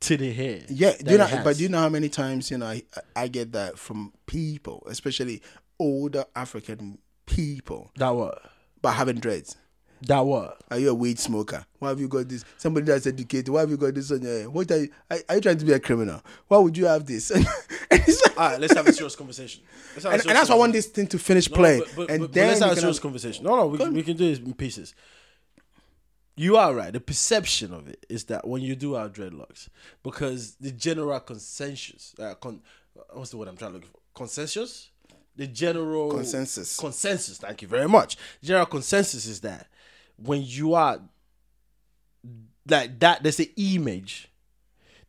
S1: to the hair.
S2: yeah,
S1: that
S2: do you know,
S1: he has.
S2: but do you know how many times you know I, I get that from people, especially older African people,
S1: that what?
S2: but having dreads.
S1: That what?
S2: Are you a weed smoker? Why have you got this? Somebody that's educated. Why have you got this on your? Head? What are you? Are, are you trying to be a criminal? Why would you have this? and, it's like-
S1: All right, let's have a serious conversation. Let's have a
S2: and,
S1: serious
S2: and that's why I
S1: conversation.
S2: want this thing to finish
S1: No,
S2: playing.
S1: but- but-
S2: and
S1: but- but
S2: then
S1: let's
S2: you
S1: have a
S2: can
S1: serious
S2: have-
S1: conversation. No, no, we, we can do this in pieces. You are right. The perception of it is that when you do have dreadlocks, because the general consensus, uh, con, what's the word I'm trying to look for? Consensus. The general
S2: Consensus.
S1: Consensus. Thank you very much. General consensus is that when you are like that, there's an image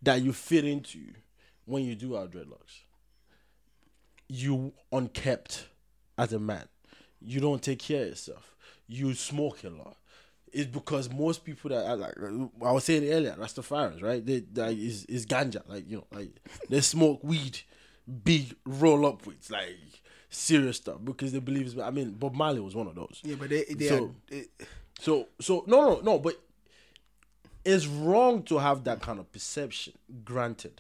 S1: that you fit into when you do have dreadlocks. You unkept as a man. You don't take care of yourself. You smoke a lot. It's because most people that are like I was saying earlier, Rastafarians, right? They that is is ganja, like you know, like they smoke weed, big roll up with like serious stuff because they believe. It's, I mean, Bob Marley was one of those.
S2: Yeah, but they, they
S1: So-
S2: are. It,
S1: So so no no no but it's wrong to have that kind of perception, granted.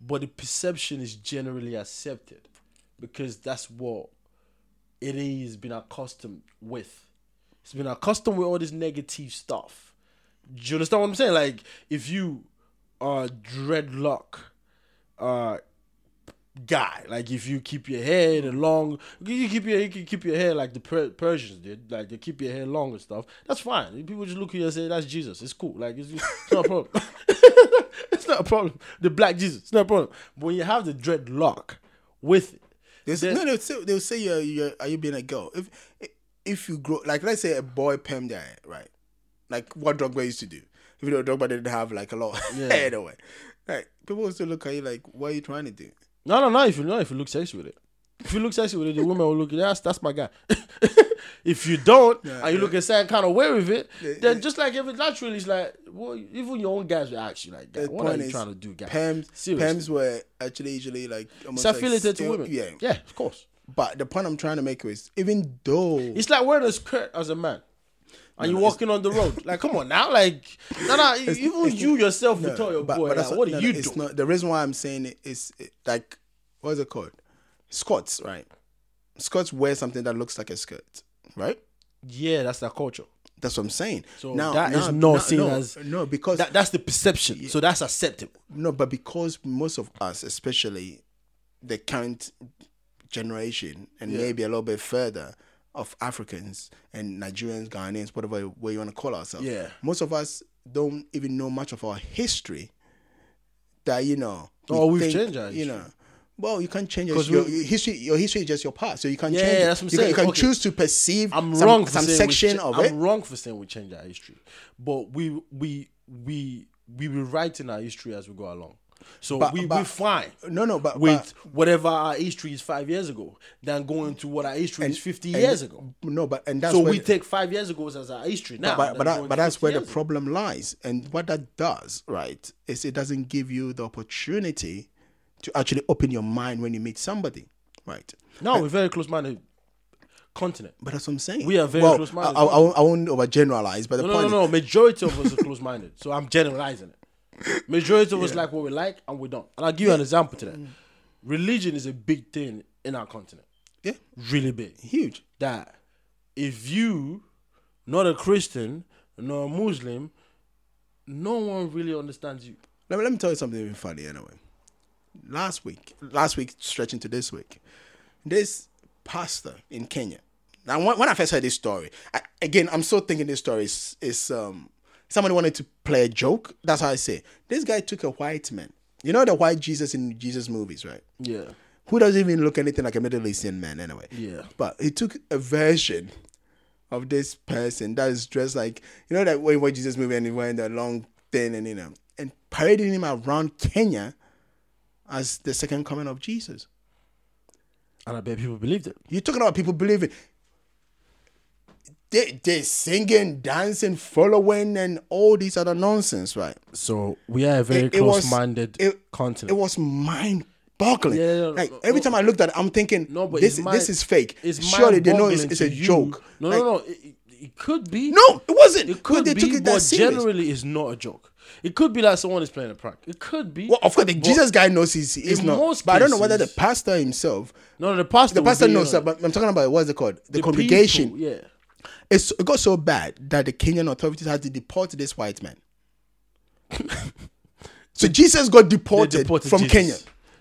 S1: But the perception is generally accepted because that's what it is been accustomed with. It's been accustomed with all this negative stuff. Do you understand what I'm saying? Like if you are a dreadlock uh guy, like if you keep your hair in a long, you keep your you can keep your hair like the per- Persians did, like they keep your hair long and stuff. That's fine. People just look at you and say that's Jesus. It's cool. Like it's, it's not a problem. it's not a problem. The black Jesus. It's not a problem. But when you have the dreadlock with it,
S2: They say,
S1: then-
S2: no, they'll say, they'll say you're, you're, are you being a girl? If if you grow, like, let's say a boy perm guy, right? Like what Drogba used to do. If you know, Drogba didn't have, like, a lot of
S1: Yeah.
S2: hair in a way. Like, people will still look at you like, what are you trying to do?
S1: No, no, no. If you know, if you look sexy with it, if you look sexy with it, the woman will look. That's that's my guy. if you don't, and you look a certain kind of way with it, then just like if it naturally, it's like, well, even your own guys will ask you like, guy,
S2: The
S1: "What are
S2: point
S1: you
S2: is,
S1: trying to do, guy?"
S2: Perms,
S1: Seriously.
S2: perms were actually usually, like,
S1: it's
S2: almost like,
S1: affiliated to
S2: still-
S1: women.
S2: Yeah.
S1: yeah, of course.
S2: But the point I'm trying to make is, even though.
S1: It's like wearing a skirt as a man. And you're walking on the road. Like, come on now. Like, no, no. Even you yourself will tell your boy, like,
S2: that's
S1: what do
S2: no, no,
S1: you
S2: it's
S1: do?
S2: Not, the reason why I'm saying it is it, like, what is it called? Scots, right? Scots wear something that looks like a skirt, right?
S1: yeah, that's their culture.
S2: That's what I'm saying.
S1: So that is not seen as-
S2: no because
S1: That, that's the perception. So that's acceptable.
S2: no, but because most of us, especially the current generation, and maybe a little bit further of Africans and Nigerians, Ghanaians, whatever way you want to call ourselves,
S1: Yeah.
S2: most of us don't even know much of our history. That you know, we
S1: Oh, we've changed our
S2: you
S1: history.
S2: know. Well, you can't change your,
S1: 'Cause
S2: your
S1: we-
S2: history. Your history is just your past, so you can't
S1: Yeah,
S2: change.
S1: yeah,
S2: it.
S1: that's what I'm
S2: you can,
S1: saying.
S2: you can
S1: Okay.
S2: choose to perceive
S1: I'm
S2: some,
S1: wrong for
S2: some
S1: saying
S2: section
S1: we, cha-
S2: of
S1: I'm
S2: it.
S1: wrong for saying we change our history, but we we we we rewriting our history as we go along. So
S2: But-
S1: we we
S2: but-
S1: fine.
S2: No, no, but-
S1: with whatever our history is five years ago, than going to what our history is fifty
S2: And-
S1: years ago.
S2: No, but and that's
S1: So
S2: where
S1: we
S2: the-
S1: take five years ago as our history now. than
S2: but but, that,
S1: going
S2: but
S1: to
S2: that's
S1: 50
S2: where the
S1: years ago.
S2: problem lies and what that does right is it doesn't give you the opportunity to actually open your mind when you meet somebody right
S1: No, we're very close minded continent.
S2: but that's what i'm saying
S1: We are very
S2: well,
S1: close-minded.
S2: I, I, I won't, I won't overgeneralize but the
S1: No, no,
S2: point
S1: no, no.
S2: is
S1: Majority of us are close minded. So I'm generalizing it. Majority of us like what we like and we don't. And I'll give you an example to that. Religion is a big thing in our continent.
S2: yeah
S1: Really big.
S2: huge
S1: That if you not a Christian nor a Muslim, no one really understands you.
S2: let me, let me tell you something even funny anyway last week last week stretching to this week this pastor in kenya now when, when i first heard this story I, again i'm still thinking this story is, is um somebody wanted to play a joke that's how i say it. this guy took a white man you know the white jesus in jesus movies right
S1: Yeah.
S2: who doesn't even look anything like a middle eastern man anyway
S1: Yeah.
S2: but he took a version of this person that is dressed like you know that way what Jesus movie and he wearing the long thing and you know and parading him around Kenya as the second coming of Jesus.
S1: And I bet people believed it.
S2: You're talking about people believing. They they singing, dancing, following, and all these other nonsense, right?
S1: So we are a very
S2: It- it was-
S1: close minded
S2: it-
S1: continent.
S2: It was mind boggling.
S1: Yeah, yeah, no,
S2: like
S1: no,
S2: every time I looked at it, I'm thinking,
S1: No, but
S2: this
S1: it's mind-
S2: this is fake.
S1: It's
S2: Surely they know it's,
S1: mind-boggling
S2: it's
S1: to
S2: a
S1: you.
S2: joke.
S1: No,
S2: Like,
S1: no, no. It, it- it could be.
S2: No, it wasn't.
S1: It
S2: But
S1: could
S2: they
S1: be,
S2: took it that
S1: but
S2: serious.
S1: generally, it's not a joke. It could be that someone is playing a prank. It could be.
S2: Well, of course, the
S1: But-
S2: Jesus guy knows he's, he's
S1: in
S2: not.
S1: most
S2: but I don't know whether the
S1: cases-
S2: pastor himself,
S1: No, no, the pastor.
S2: the
S1: would
S2: pastor
S1: be
S2: knows.
S1: on
S2: uh,
S1: it.
S2: But I'm talking about what's it called? The,
S1: The
S2: congregation.
S1: people, yeah.
S2: It's, it got so bad that the Kenyan authorities had to deport this white man. so Jesus got
S1: They
S2: deported,
S1: deported
S2: from
S1: Jesus.
S2: Kenya.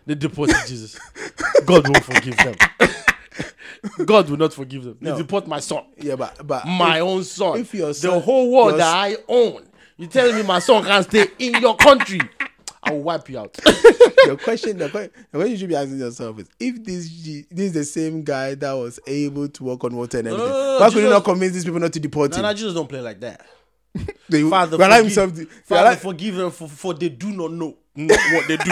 S1: They deported Jesus. God won't forgive them. God will not forgive them. They deport my son.
S2: Yeah, but but
S1: My
S2: if-
S1: own son.
S2: if your
S1: the
S2: son-
S1: whole world
S2: your
S1: that I own. You telling me my son can't stay in your country? I will wipe you out.
S2: the question, the question, the question you should be asking yourself is: If this G- this is the same guy that was able to walk on water and everything,
S1: no, no, no,
S2: why could you
S1: Jesus-
S2: not convince these people not to deport
S1: and
S2: him?
S1: I just don't play like that.
S2: They-
S1: Father,
S2: they allow
S1: forgive,
S2: himself to- they
S1: Father
S2: allow-
S1: forgive them for, for they do not know what they do.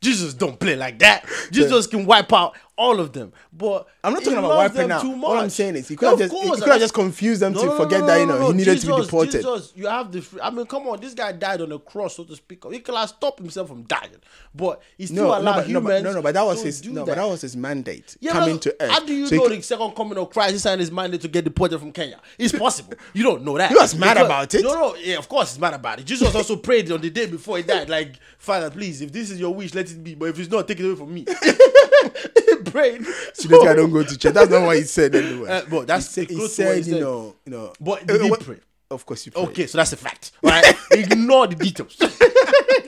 S1: Jesus don't play like that. Jesus can wipe out all of them. But
S2: I'm not
S1: he
S2: talking about
S1: loves
S2: wiping
S1: them
S2: out.
S1: too
S2: All I'm
S1: much.
S2: saying is he could
S1: No,
S2: have
S1: of
S2: just- he
S1: course,
S2: could have
S1: and
S2: just
S1: that's-
S2: confused them to forget that, you know, he needed to be deported.
S1: Jesus, you have the. Free, I mean, come on, this guy died on a cross, so to speak. He could have stopped himself from dying, but he still
S2: no, no,
S1: allowed
S2: but, no,
S1: humans.
S2: but, no, no, but that was
S1: to
S2: his
S1: do
S2: no, but that was his mandate
S1: yeah, but
S2: coming to earth.
S1: How do you
S2: So he
S1: know
S2: could-
S1: the second coming of Christ is in his mind to get deported from Kenya? It's possible. You don't know that.
S2: You was mad about it.
S1: No, no, yeah, of course he's mad about it. Jesus also prayed on the day before he died, like, Father, please, if this is your wish, let it be. But if it's not, take it away from me. brain.
S2: So this guy don't go to church. That's not what he said anyway.
S1: Uh, but that's
S2: he
S1: close
S2: said, he
S1: to what
S2: said
S1: he
S2: you
S1: said.
S2: know, you know.
S1: But
S2: Uh,
S1: did he
S2: what-
S1: pray?
S2: Of course you prayed.
S1: Okay, so that's a fact. All right, ignore the details.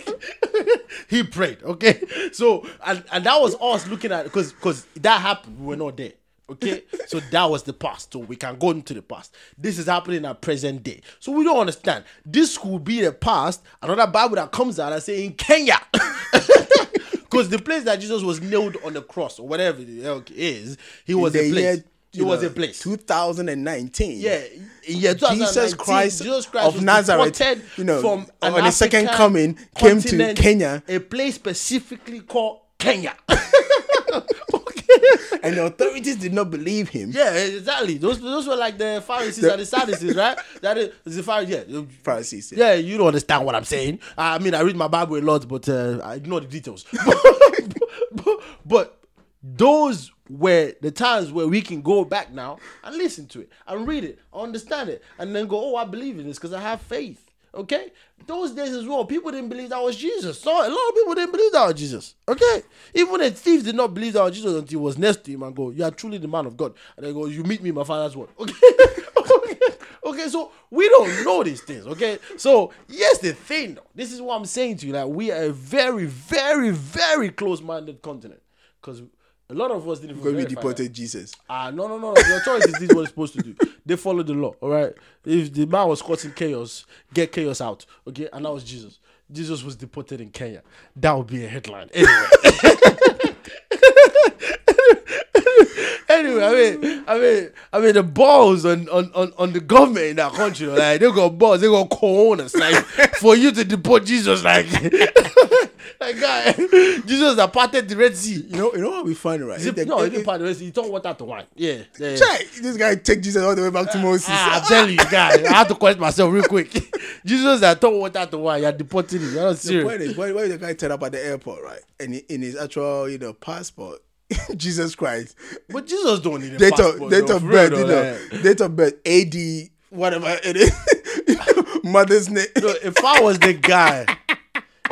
S1: he prayed. Okay, so and, and that was us looking at because because that happened. We were not there. Okay, so that was the past. So we can go into the past. This is happening at present day. So we don't understand. This could be the past. Another Bible that comes out and say in Kenya. Because the place that Jesus was nailed on the cross or whatever the hell it is, he was
S2: the
S1: a place.
S2: year,
S1: he
S2: you
S1: was
S2: know,
S1: a place.
S2: 2019.
S1: Yeah, in year 2019,
S2: Jesus Christ
S1: Jesus Christ
S2: of
S1: was
S2: Nazareth,
S1: deported
S2: you know,
S1: from an
S2: on his second
S1: African
S2: coming, came to
S1: continent,
S2: Kenya.
S1: a place specifically called Kenya.
S2: And the authorities did not believe him.
S1: yeah, exactly. Those those were like the Pharisees and the Sadducees, right? That is the Pharisees. Yeah,
S2: Pharisees,
S1: Yeah. you don't understand what I'm saying. I mean, I read my Bible a lot, but uh, I ignore the details. but, but those were the times where we can go back now and listen to it and read it, understand it, and then go, oh, I believe in this because I have faith. Okay, those days as well, people didn't believe that was Jesus. So a lot of people didn't believe that was Jesus. Okay, even a thief did not believe that was Jesus until he was next to him and go, "You are truly the man of God." And they go, "You meet me in my father's word." okay. Okay, so we don't know these things. Okay, so yes, the thing. Though, this is what I'm saying to you. Like we are a very, very, very close-minded continent because a lot of us didn't. even
S2: Because we
S1: verify that.
S2: deported Jesus.
S1: Ah, no, no, no. The authorities did what they're supposed to do. They followed the law. All right. If the man was caught in chaos, get chaos out. Okay, and that was Jesus. Jesus was deported in Kenya. That would be a headline. Anyway. anyway, I mean, I mean, I mean, the balls on on on, on the government in that country, like they got balls, they got coronas, like for you to deport Jesus, like. Like guy, Jesus that parted the Red Sea.
S2: You know, you know what we find, right?
S1: Zip,
S2: If the-
S1: no,
S2: if-
S1: he didn't part the Red Sea. He turned water to wine. Yeah. yeah.
S2: Check. This guy take Jesus all the way back to Moses.
S1: Ah, I'm telling you, guys, I had to question myself real quick. Jesus that turned water to wine. You're deporting him. You're not
S2: the point
S1: serious.
S2: is, why, why the guy turned up at the airport, right? And in- in his actual, you know, passport, Jesus Christ,
S1: But Jesus don't need a
S2: date of
S1: passport.
S2: date
S1: though,
S2: of
S1: for
S2: birth,
S1: real
S2: you
S1: though, eh.
S2: know,
S1: like.
S2: date of birth, AD, whatever it is, mother's name,
S1: Yo, if I was the guy,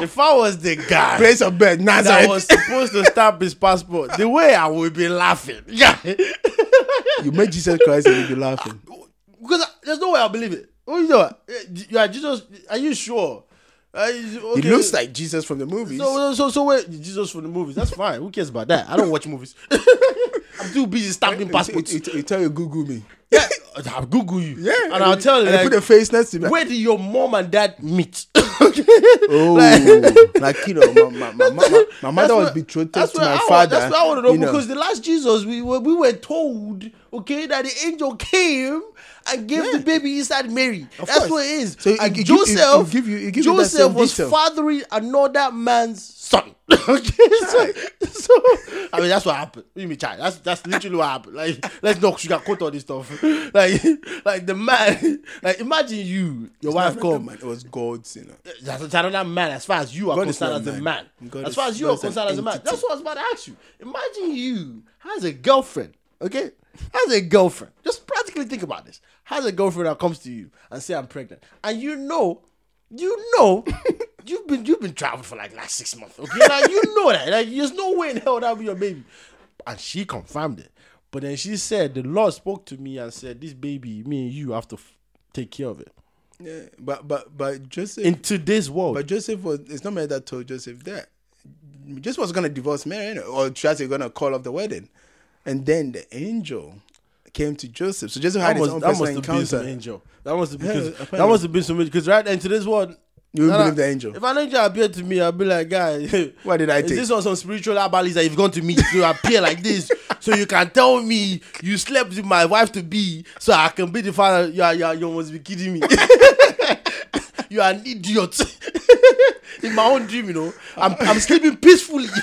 S1: if I was the guy,
S2: place of birth,
S1: that
S2: Nazareth.
S1: was supposed to stamp his passport, the way I would be laughing. Yeah.
S2: you made Jesus Christ and you be laughing.
S1: because I- there's no way I believe it. Oh, you know, yeah, Jesus, are you sure? Uh, is-
S2: He
S1: okay.
S2: looks like Jesus from the movies.
S1: So, so, so wait, Jesus from the movies. That's fine. Who cares about that? I don't watch movies. I'm too busy stamping passports.
S2: He, he, he tell you Google me.
S1: Yeah, I'll Google you. and
S2: Yeah,
S1: I'll tell you.
S2: And I
S1: Like,
S2: put a face next to me.
S1: where did your mom and dad meet?
S2: Oh, like, you know, my, my, my, my, my mother was betrothed to my
S1: that's where I, wa-
S2: father.
S1: That's what I want to know
S2: you
S1: because the last Jesus, we were we were told, okay, that the angel came and gave the baby inside Mary. that's
S2: course.
S1: what it is.
S2: So it-
S1: and
S2: it give- it- it
S1: Joseph,
S2: give you- it give you that
S1: Joseph
S2: same
S1: was
S2: detail.
S1: fathering another man's son. okay, so, so I mean that's what happened. You mean child? That's that's literally what happened. Like let's not sugarcoat all this stuff. Like like the man, like imagine you, your wife
S2: God,
S1: come
S2: man, it was God's, you know.
S1: that's it's another man as far as you are
S2: God is
S1: concerned
S2: not
S1: as a
S2: man.
S1: man.
S2: God
S1: as
S2: is-
S1: far as you
S2: God
S1: are
S2: is an
S1: concerned as a man.
S2: entity.
S1: That's what I was about to ask you. Imagine you has a girlfriend, okay? Has a girlfriend. Just practically think about this. Has a girlfriend that comes to you and say I'm pregnant. And you know, you know, you've been you've been traveling for like last six months. Okay, like you know that. Like there's no way in hell that'll be your baby. And she confirmed it. But then she said the Lord spoke to me and said, This baby, me and you have to f- take care of it.
S2: Yeah, but but but Joseph,
S1: In today's world.
S2: but Joseph was. It's not Mary that told Joseph that. Joseph was gonna divorce Mary, you know, or she was gonna call off the wedding, and then the angel came to Joseph. So Joseph had
S1: that
S2: his
S1: must,
S2: own
S1: that
S2: personal
S1: must have been some
S2: encounter.
S1: angel. That must have
S2: Yeah,
S1: been
S2: apparently.
S1: that must have been some angel. Because right in today's world,
S2: You wouldn't
S1: nah,
S2: believe the angel.
S1: If an angel appeared to me, I'd be like, guy,
S2: What did I
S1: is
S2: take?
S1: This was some spiritual herbalist that you've gone to meet to appear like this, so you can tell me you slept with my wife to be, so I can be the father. You are, you, are, you must be kidding me. you are an idiot. in my own dream, you know, I'm I'm sleeping peacefully.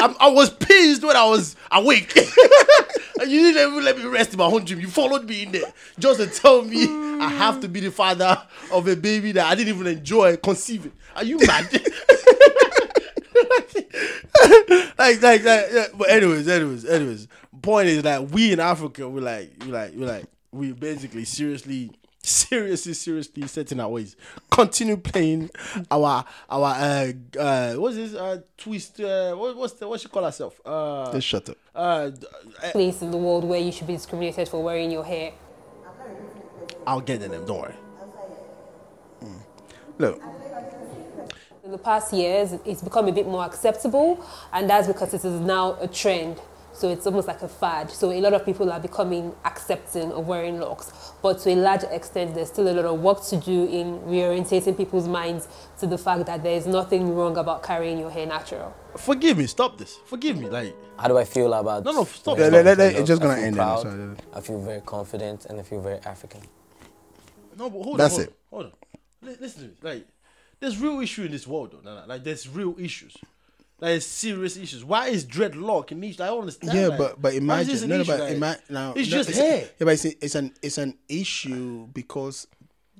S1: I'm, I was pissed when I was awake. and you didn't even let me rest in my own dream. You followed me in there just to tell me I have to be the father of a baby that I didn't even enjoy conceiving. Are you mad? like, like, like, yeah, but anyways, anyways, anyways. Point is like we in Africa, we like, we like, we like, we basically seriously seriously, seriously setting our ways. Continue playing our our uh, uh what's this uh twist uh what, what's the what she call herself uh
S2: Just shut up.
S1: uh
S4: place in the world where you should be discriminated for wearing your hair.
S1: I'll get to them. Don't worry.
S2: Look,
S4: In the past years, it's become a bit more acceptable, and that's because it is now a trend. So it's almost like a fad. So a lot of people are becoming accepting of wearing locks, but to a large extent, there's still a lot of work to do in reorientating people's minds to the fact that there is nothing wrong about carrying your hair natural.
S1: Forgive me. Stop this. Forgive me. Like
S3: How do I feel about?
S1: No, no, stop.
S3: wearing
S2: Let- let-
S3: African
S2: let- it's just
S3: locks?
S2: gonna
S3: I feel
S2: end there,
S3: proud,
S2: sorry.
S3: I feel very confident and I feel very African.
S1: no, but hold
S2: That's
S1: on.
S2: it.
S1: Hold on. Hold on. Li- Listen to me. Like there's real issue in this world though. Nana. Like there's real issues. Like there's serious issues. Why is dreadlock an issue? I don't understand.
S2: yeah,
S1: like,
S2: but but
S1: why is this
S2: imagine,
S1: an
S2: no, no,
S1: issue?
S2: but
S1: Like,
S2: ima- now
S1: it's
S2: no,
S1: just
S2: a-
S1: hair.
S2: Yeah, but it's, it's an it's an issue because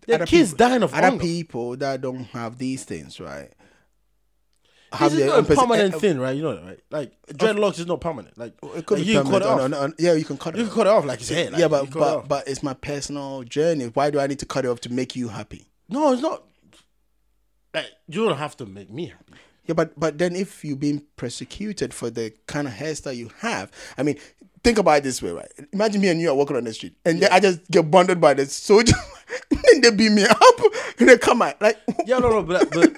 S1: The
S2: other
S1: kids
S2: people,
S1: dying of
S2: other
S1: hunger.
S2: people that don't have these things, right?
S1: This is not a
S2: own perce-
S1: permanent
S2: eh, eh,
S1: thing, right? You know that, right? Like dreadlocks is not permanent. Like
S2: It could
S1: like,
S2: be
S1: you can
S2: permanent.
S1: cut it
S2: no,
S1: off.
S2: no, no, yeah, you can cut it.
S1: You can
S2: off.
S1: cut it off like it's hair. Like,
S2: yeah,
S1: you
S2: but
S1: can cut it
S2: but,
S1: off.
S2: but it's my personal journey. Why do I need to cut it off to make you happy?
S1: no, it's not. Like you don't have to make me happy.
S2: Yeah, but but then if you've been persecuted for the kind of hairstyle you have, I mean, think about it this way, right? Imagine me and you are walking on the street, and then I just get bonded by the soldier, then they beat me up, and they come out like,
S1: Yeah, no, no, but, but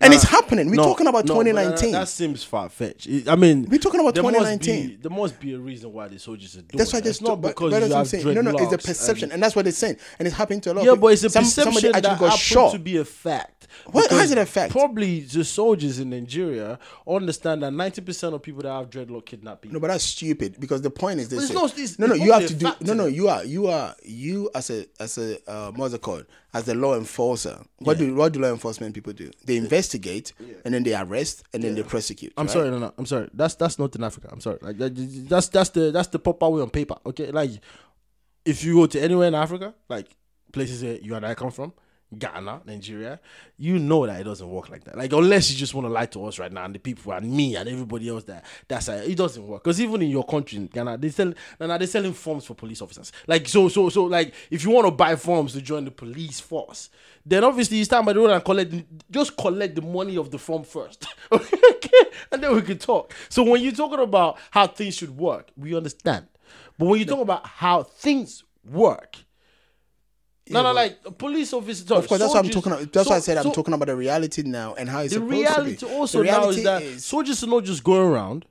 S2: and
S1: nah,
S2: it's happening. We're
S1: no,
S2: talking about
S1: no, but that-
S2: 2019.
S1: That, seems far fetched. I mean,
S2: We're talking about
S1: there must
S2: 2019.
S1: be- there must be a reason why the soldiers are doing.
S2: that's why I
S1: that.
S2: just
S1: it's not
S2: but-
S1: because
S2: but
S1: you
S2: that's what I'm
S1: have
S2: saying. No, no, it's the
S1: dreadlocks
S2: perception, and,
S1: and-
S2: that's what they're saying, and it's happening to a lot.
S1: yeah,
S2: of people.
S1: but it's a
S2: Some- somebody
S1: perception that
S2: actually got
S1: happened
S2: shot.
S1: to be a fact.
S2: What- how
S1: Because
S2: is it a fact?
S1: Probably the soldiers in Nigeria understand that ninety percent of people that have dreadlock kidnap people.
S2: No, but that's stupid because the point is this:
S1: it's
S2: eh,
S1: not- it's-
S2: no, no,
S1: it's
S2: you
S1: only
S2: have
S1: a
S2: to do.
S1: fact
S2: No,
S1: to
S2: no,
S1: them.
S2: you are, you are, you as a, as a, uh, what's it called? As the law enforcer. What do what do law enforcement people do? They investigate and then they arrest and then they prosecute.
S1: I'm
S2: right?
S1: sorry, no, no. I'm sorry. That's that's not in Africa. I'm sorry. Like that, that's that's the that's the proper way on paper. Okay, like if you go to anywhere in Africa, like places where you and I come from, Ghana, Nigeria, you know that it doesn't work like that. Like unless you just want to lie to us right now and the people and me and everybody else that that's it doesn't work. Because even in your country, in Ghana, they sell Ghana, they're selling forms for police officers. Like so so so like if you want to buy forms to join the police force, then obviously you stand by the road and collect just collect the money of the form first. okay? And then we can talk. So when you're talking about how things should work, we understand. But when you talk about how things work, no, no, like a police officer.
S2: Of course, that's what I'm
S1: soldiers-
S2: talking. About. That's
S1: so-
S2: why I said I'm
S1: so
S2: talking about the reality now and how it's
S1: The
S2: supposed
S1: reality
S2: to be.
S1: also
S2: The
S1: now is
S2: reality
S1: that
S2: is-
S1: soldiers are not just going around.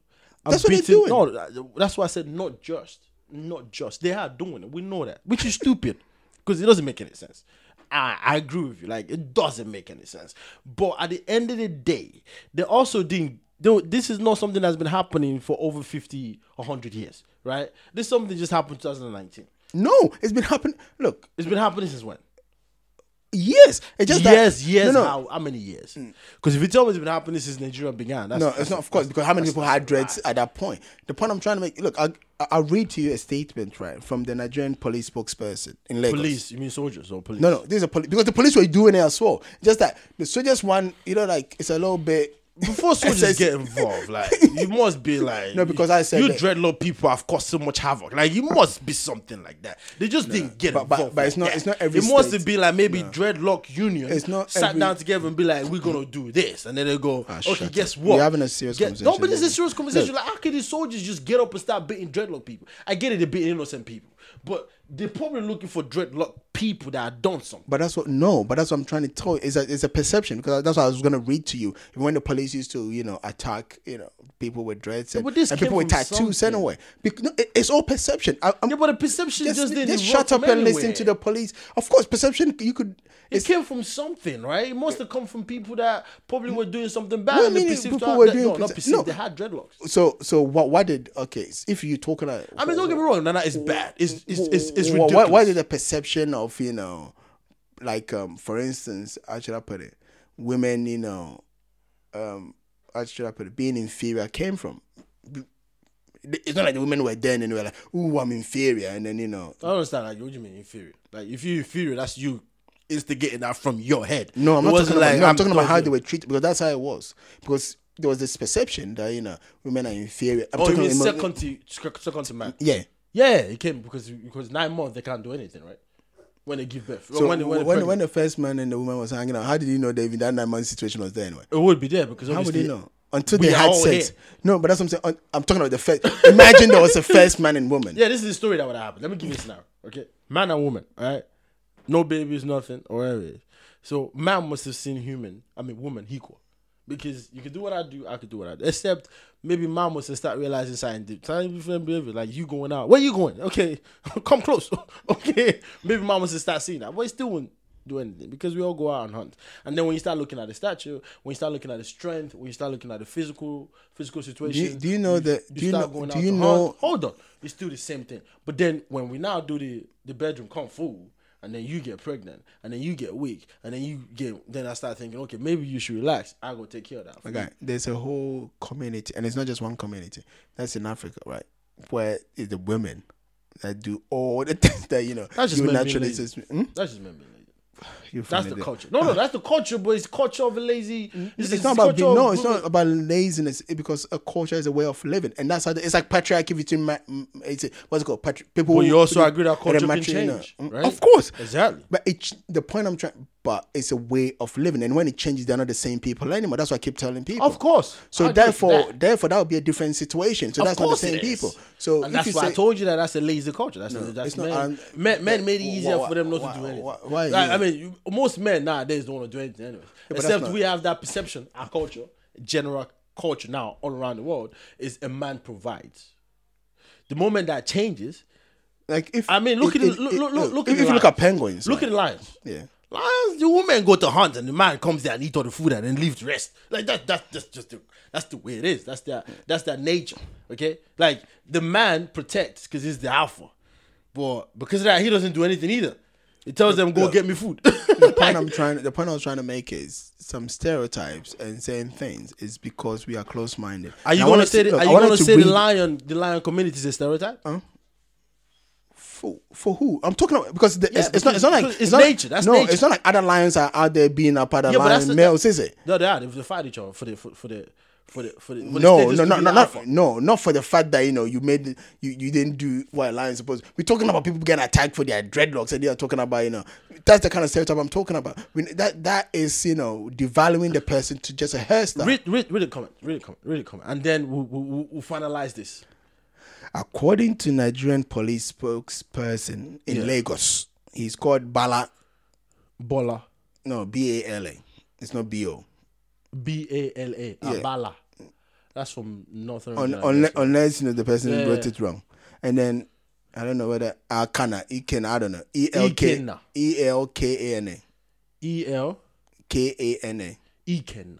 S1: and
S2: That's what they're
S1: beating-
S2: doing.
S1: No, that's why I said not just, not just. They are doing it. We know that, which is stupid because it doesn't make any sense. I, I agree with you. Like it doesn't make any sense. But at the end of the day, they also didn't. Though this is not something that's been happening for over 50, 100 years, right? This something just happened 2019.
S2: no, it's been happening. Look,
S1: It's been happening since when?
S2: yes, it's just that-
S1: years, years,
S2: No, no,
S1: how, how many years? Because if you tell me it's been happening since Nigeria began, that's,
S2: No,
S1: that's-
S2: it's not, of course, because how many people had dreads at that point? The point I'm trying to make, look, I'll, I'll read to you a statement, right, from the Nigerian police spokesperson in Lagos.
S1: police. You mean soldiers or police?
S2: No, no, this is a police, because the police were doing it as well. Just that the soldiers one, you know, like, it's a little bit.
S1: Before soldiers
S2: Excessive.
S1: get involved, like you must be like
S2: No, because I said
S1: you
S2: that-
S1: dreadlock people have caused so much havoc. Like you must be something like that. They just didn't get
S2: but- but-
S1: involved.
S2: but it's
S1: like
S2: not-
S1: that.
S2: it's not every
S1: It must
S2: state.
S1: be like maybe dreadlock union.
S2: It's not
S1: sat
S2: every- Ah,
S1: down together and be like, we're gonna do this, and then they go,
S2: shut
S1: okay,
S2: up.
S1: guess what?
S2: We're having a serious
S1: Get- No,
S2: conversation
S1: but this is a
S2: here.
S1: serious conversation. Like, how can these soldiers just get up and start beating dreadlock people? I get it, they beat innocent people, but they're probably looking for dreadlock people that have done something.
S2: But that's what, no, but that's what I'm trying to tell you. It's a, it's a perception, because that's what I was going to read to you. When the police used to, you know, attack, you know, people with dreads and,
S1: but this
S2: and
S1: came
S2: people with
S1: from
S2: tattoos
S1: something.
S2: anyway. Bec- no, it- it's all perception. I, I'm,
S1: Yeah, but the perception just,
S2: just,
S1: didn't
S2: just
S1: erupt
S2: shut up
S1: from
S2: and listen
S1: anywhere.
S2: to the police. Of course, perception, you could.
S1: It came from something, right? It must have come from people that probably were doing something bad.
S2: What
S1: and
S2: do you
S1: they
S2: mean
S1: perceived to
S2: people
S1: have
S2: were
S1: dread-
S2: doing
S1: no, not
S2: perce-
S1: perceived,
S2: no.
S1: they had dreadlocks.
S2: So, so what? Why did okay? s- If you talk about,
S1: I mean, don't get me wrong, Nana, it's bad. It's it's it's, it's
S2: Wh- wh-
S1: ridiculous.
S2: why, why did the perception of you know, like um, for instance, how should I put it? Women, you know, um, how should I put it? Being inferior came from. It's not like the women were then and they were like, "Ooh, I'm inferior," and then you know,
S1: I don't understand. Like, what do you mean inferior? Like, if you're inferior, that's you instigating that from your head.
S2: No,
S1: It
S2: I'm not
S1: wasn't
S2: talking about. no, I'm talking about how
S1: talking-
S2: they were treated because that's how it was. Because there was this perception that you know women are inferior. I'm
S1: Oh, you
S2: talking
S1: mean
S2: emo-
S1: second to second to man?
S2: Yeah.
S1: Yeah, it came because because nine months they can't do anything, right? when they give birth. when,
S2: So when,
S1: they- when,
S2: when,
S1: they
S2: when,
S1: pregnant.
S2: the first man and the woman was hanging out, how did you know David that nine month situation was there anyway?
S1: it would be there because
S2: How would
S1: obviously
S2: you know? Until
S1: we
S2: they
S1: are
S2: had
S1: all
S2: sex.
S1: here.
S2: No, but that's what I'm saying. Un- I'm talking about the first. Imagine there was a first man and woman.
S1: Yeah, this is the story that would happen. Let me give you this now. Okay. Man and woman, all right? No babies, nothing, or whatever it is. So man must have seen human, I mean woman equal. Because you could do what I do, I could do what I do. Except maybe man must have started realizing something something different behavior. Like you going out. Where you going? Okay. Come close. okay. Maybe man must have started seeing that. But he still wouldn't do anything because we all go out and hunt. And then when you start looking at the stature, when you start looking at the strength, when you start looking at the physical physical situation.
S2: do you know that- do you
S1: start
S2: know-
S1: going
S2: do
S1: out
S2: you
S1: to
S2: know-
S1: hunt hold on, it's still the same thing. But then when we now do the the bedroom kung fu, and then you get pregnant, and then you get weak, and then you get, then I start thinking, okay, maybe you should relax. I go take care of that. for
S2: Okay, there's a whole community, and it's not just one community. That's in Africa, right? Where it's the women that do all the things that you know.
S1: That's just
S2: you
S1: men being
S2: naturally
S1: lazy.
S2: just- hmm?
S1: you. That's just me. being lazy.
S2: You find
S1: That's the
S2: it-
S1: culture. No, no, that's the culture, but it's culture of a lazy.
S2: Mm-hmm. It's,
S1: it's
S2: not about
S1: culture
S2: being, no.
S1: of
S2: It's not about laziness it- because a culture is a way of living, and that's how the, it's like patriarchy between ma- m- it's a, what's it called Patri- people.
S1: But you
S2: who-
S1: also
S2: who-
S1: agree that
S2: and
S1: culture
S2: the
S1: can
S2: matrilineal.
S1: change,
S2: Mm,
S1: right?
S2: Of course,
S1: Exactly.
S2: But it, ch- the point I'm trying, but it's a way of living, and when it changes, they're not the same people anymore. That's why I keep telling people.
S1: Of course. I
S2: So
S1: agree with
S2: therefore,
S1: that.
S2: therefore, that would be a different situation. So
S1: Of
S2: that's not the
S1: course
S2: same
S1: it is.
S2: people. So
S1: and
S2: if
S1: that's
S2: you
S1: why I
S2: say-
S1: told you that that's a lazy culture. That's that's
S2: it's not,
S1: men.
S2: um,
S1: men, men made it
S2: wh- wh-
S1: easier
S2: wh-
S1: for them not
S2: why-
S1: to do anything.
S2: wh- why is
S1: Like,
S2: it-
S1: I mean, you, most men nowadays don't want to do anything anyway.
S2: but that's
S1: Except
S2: not-
S1: we have that perception, our culture, general culture now all around the world is a man provides. The moment that changes,
S2: like if
S1: I mean, look
S2: it-
S1: at the-
S2: it-
S1: look
S2: it-
S1: look look, look
S2: if,
S1: at the
S2: if you look
S1: lions.
S2: at penguins,
S1: Look at
S2: right?
S1: the lions.
S2: Yeah.
S1: Lions, the women go to hunt and the man comes there and eat all the food and then leaves the rest. Like that, that's that's just the, that's the way it is. That's their that's their nature. Okay, like the man protects because he's the alpha, but because of that he doesn't do anything either. He tells them go
S2: Look.
S1: get me food.
S2: the point I'm trying, the point I was trying to make is some stereotypes and saying things is because we are close-minded.
S1: are you
S2: And I
S1: gonna
S2: wanted
S1: say
S2: to-
S1: the,
S2: look,
S1: are
S2: I
S1: you
S2: wanted
S1: gonna
S2: to
S1: say
S2: read-
S1: the lion the lion community is a stereotype?
S2: for, for who? I'm talking about because, the,
S1: Yeah,
S2: it's, it's not. It's not like
S1: because it's
S2: not like-
S1: nature, that's
S2: no.
S1: nature.
S2: It's not like other lions are out there being a part of
S1: Yeah, but that's
S2: lion
S1: the-
S2: males, is it?
S1: No, they are. They, they fight each other for the for, for the for the for the for the
S2: No,
S1: status
S2: no,
S1: to
S2: no,
S1: be
S2: no,
S1: the alpha.
S2: not, no, not for the fact that you know you made you, you didn't do what a lion is supposed. We're talking about people getting attacked for their dreadlocks, and they are talking about you know that's the kind of stereotype I'm talking about. We, that that is you know devaluing the person to just a hairstyle.
S1: Read, read, read the comment. Read the comment. Read the comment, and then we'll, we'll, we'll- we'll finalize this.
S2: According to Nigerian police spokesperson in Lagos, he's called Bala.
S1: Bola.
S2: No, B A L A. It's not B O.
S1: B A L A Abala. That's from Northern
S2: Un-
S1: Nigeria.
S2: unless, unless you know the person
S1: Yeah,
S2: wrote
S1: yeah.
S2: it wrong, and then I don't know whether Akana, Iken, I don't know, E L K
S1: Ikenna.
S2: E L K A N A.
S1: E L
S2: K A N A.
S1: Ikenna.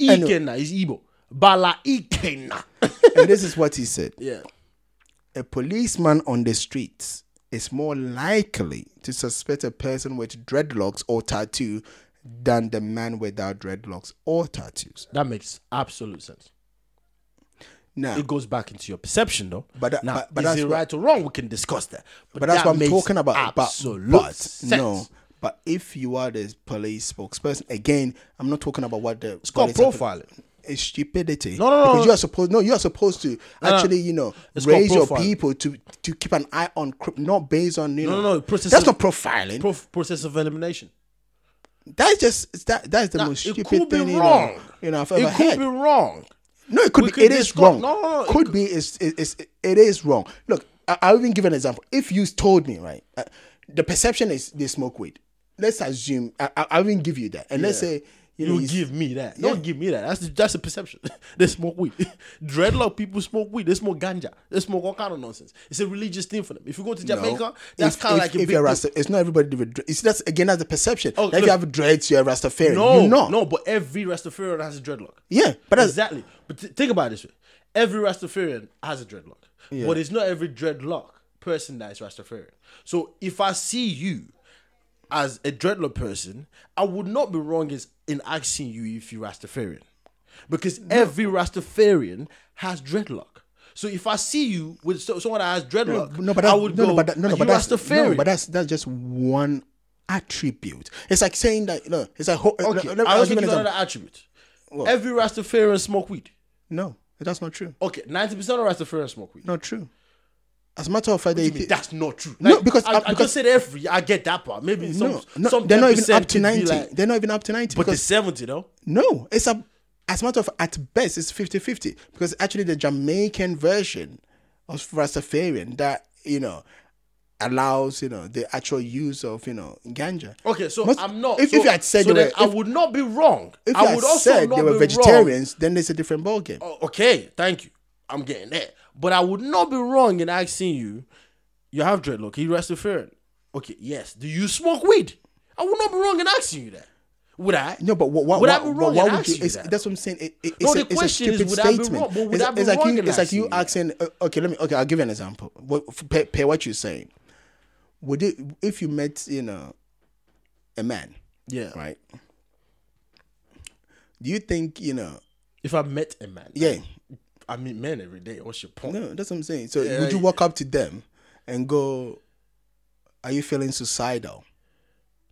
S2: Anyway.
S1: Ikenna is Igbo. Bala Ikenna.
S2: And this is what he said
S1: yeah.
S2: A policeman on the streets is more likely to suspect a person with dreadlocks or tattoo than the man without dreadlocks or tattoos.
S1: That makes absolute sense.
S2: Now,
S1: It goes back into your perception though.
S2: But that-
S1: now,
S2: but- but
S1: is
S2: that's
S1: it
S2: what-
S1: right or wrong? We can discuss that.
S2: but that's
S1: that
S2: what I'm
S1: makes
S2: talking about. But,
S1: Absolute
S2: but
S1: sense.
S2: no, but if you are the police spokesperson, again, I'm not talking about what the
S1: It's called
S2: what is happening.
S1: profiling.
S2: It's stupidity.
S1: No, no, no,
S2: Because
S1: no.
S2: you are supposed no, you are supposed to
S1: no.
S2: actually, you know,
S1: It's called
S2: raise your
S1: profiling.
S2: people to to keep an eye on cri- not based on you
S1: No,
S2: know.
S1: no, no, process
S2: that's
S1: of-
S2: not profiling.
S1: Pro- process of elimination.
S2: that's just it's that that's the
S1: Now,
S2: most
S1: it
S2: stupid
S1: could be
S2: thing you know,
S1: wrong.
S2: you know I've ever
S1: it could
S2: heard.
S1: be wrong.
S2: no, it could
S1: we
S2: be.
S1: could
S2: it is
S1: discuss-
S2: wrong.
S1: no, no, no, it
S2: could
S1: could-
S2: be. It's, it- it's it is wrong. Look, I, I'll even give an example. If you told me right, uh, the perception is they smoke weed. Let's assume I, I, I'll even give you that, and let's say you know
S1: You
S2: you s-
S1: give me that. Don't give me that. That's that's a perception. they smoke weed. Dreadlock people smoke weed. They smoke ganja. They smoke all kind of nonsense. It's a religious thing for them. If you go to
S2: No.
S1: Jamaica, that's
S2: If-
S1: kind of
S2: if-
S1: like a
S2: if
S1: big
S2: you're
S1: deal.
S2: Rasta, it's not everybody with dread. You see, that's again that's the perception.
S1: Oh,
S2: that if
S1: look.
S2: you have dreads, you're a Rastafarian.
S1: No,
S2: you're not.
S1: no, but every Rastafarian has a dreadlock.
S2: Yeah, but that's
S1: exactly. But th- think about it this way: every Rastafarian has a dreadlock, but it's not every dreadlock person that is Rastafarian. So if I see you as a dreadlock person, I would not be wrong is- in asking you if you're Rastafarian, because every Rastafarian has dreadlock. So if I see you with so- someone that has dreadlock,
S2: no, but
S1: I
S2: that's,
S1: would
S2: no,
S1: go,
S2: no, but that, no,
S1: "Are
S2: no, but
S1: you
S2: that's
S1: Rastafarian?"
S2: no, but that's that's just one attribute. It's like saying that no, it's like ho-
S1: okay.
S2: no, no,
S1: I
S2: I'll
S1: don't
S2: give
S1: think
S2: you
S1: it's
S2: an
S1: another
S2: example.
S1: attribute. Every Rastafarian smoke weed.
S2: no, that's not true.
S1: Okay, ninety percent of Rastafarians smoke weed.
S2: Not true. As a matter of fact,
S1: What do
S2: they
S1: you mean? that's not true.
S2: No,
S1: Like,
S2: because-
S1: I, I
S2: because-
S1: just said every. I get that part. Maybe some,
S2: no, no,
S1: some
S2: they're not even
S1: 10%
S2: up to
S1: could be
S2: ninety.
S1: like-
S2: they're not even up to ninety.
S1: but the
S2: because,
S1: seventy though.
S2: no, it's a as a matter of at best it's 50-50. because actually the Jamaican version of Rastafarian that you know allows you know the actual use of you know ganja.
S1: Okay, so
S2: Most-
S1: I'm not.
S2: If,
S1: so,
S2: if you had said
S1: so
S2: they
S1: then
S2: were,
S1: I
S2: if,
S1: would not be wrong.
S2: if you
S1: I
S2: had
S1: would also
S2: said
S1: not
S2: they were
S1: be wrong.
S2: vegetarians, then it's a different ballgame.
S1: Oh, okay, thank you. I'm getting that. But I would not be wrong in asking you, you have dreadlock, he Rastafarian. Okay, yes. Do you smoke weed? I would not be wrong in asking you that. Would I?
S2: No, but what, what,
S1: would
S2: what,
S1: I be
S2: what,
S1: wrong
S2: why
S1: in
S2: would you?
S1: asking you
S2: It's,
S1: that?
S2: that's what I'm saying. It, it,
S1: No,
S2: it's,
S1: the
S2: a, it's a
S1: question is,
S2: stupid
S1: would I be
S2: statement.
S1: wrong? But would
S2: it's,
S1: I be
S2: it's like
S1: wrong
S2: you.
S1: in
S2: It's like you
S1: asking you
S2: asking. uh, Okay, let me. Okay, I'll give you an example. What, f- pair, pair what you're saying. Would it if you met you know a man,
S1: Yeah.
S2: right? Do you think you know?
S1: If I met a man,
S2: Yeah,
S1: I meet men every day. What's your point?
S2: no, that's what I'm saying. So
S1: Yeah,
S2: would you
S1: like-
S2: walk up to them and go, "Are you feeling suicidal?"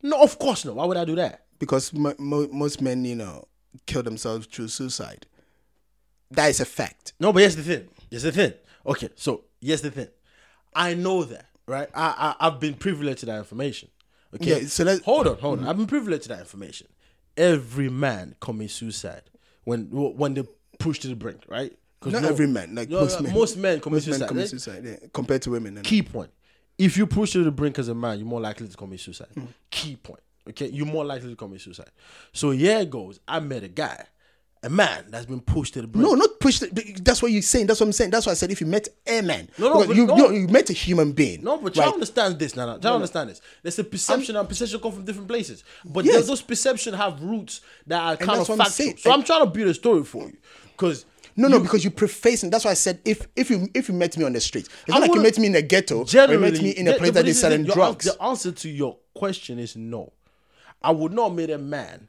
S1: No, of course not. Why would I do that?
S2: Because mo mo- most men, you know, kill themselves through suicide. That is a fact.
S1: No, but here's the thing. Here's the thing. Okay, so here's the thing. I know that, right? I, I I've been privileged to that information. Okay,
S2: Yeah, so let's-
S1: hold on, hold on. I've been privileged to that information. Every man commits suicide when when they push to the brink, right? 'Cause
S2: Not
S1: no-
S2: every man, like
S1: no,
S2: most
S1: no,
S2: men.
S1: most men commit
S2: Most men
S1: suicide.
S2: commit
S1: Let's-
S2: suicide yeah, compared to women. And
S1: Key point: If you push to the brink as a man, you're more likely to commit suicide.
S2: Hmm.
S1: Key point. Okay, you're more likely to commit suicide. So here it goes. I met a guy, a man that's been pushed to the brink.
S2: no, not push. The, that's what you're saying. That's what I'm saying. That's why I said if you met a man,
S1: No, no,
S2: Because
S1: but
S2: you,
S1: no.
S2: you you met a human being.
S1: No, but
S2: right?
S1: y'all understand this now. now. Y'all understand this. There's a perception, and perception come from different places. But
S2: Yes.
S1: there's those perception have roots that are kind of
S2: that's what I'm
S1: factual.
S2: saying.
S1: So
S2: And-
S1: I'm trying to build a story for you, because
S2: No, no, because you prefacing. That's why I said if if you if you met me on the street, it's
S1: I
S2: not like you
S1: wouldn't-
S2: met me in a ghetto. Or you
S1: generally,
S2: met me in a
S1: the-
S2: place
S1: the-
S2: that
S1: but this
S2: is
S1: is the
S2: selling
S1: thing, your an-
S2: drugs.
S1: The answer to your question is no. I would not meet a man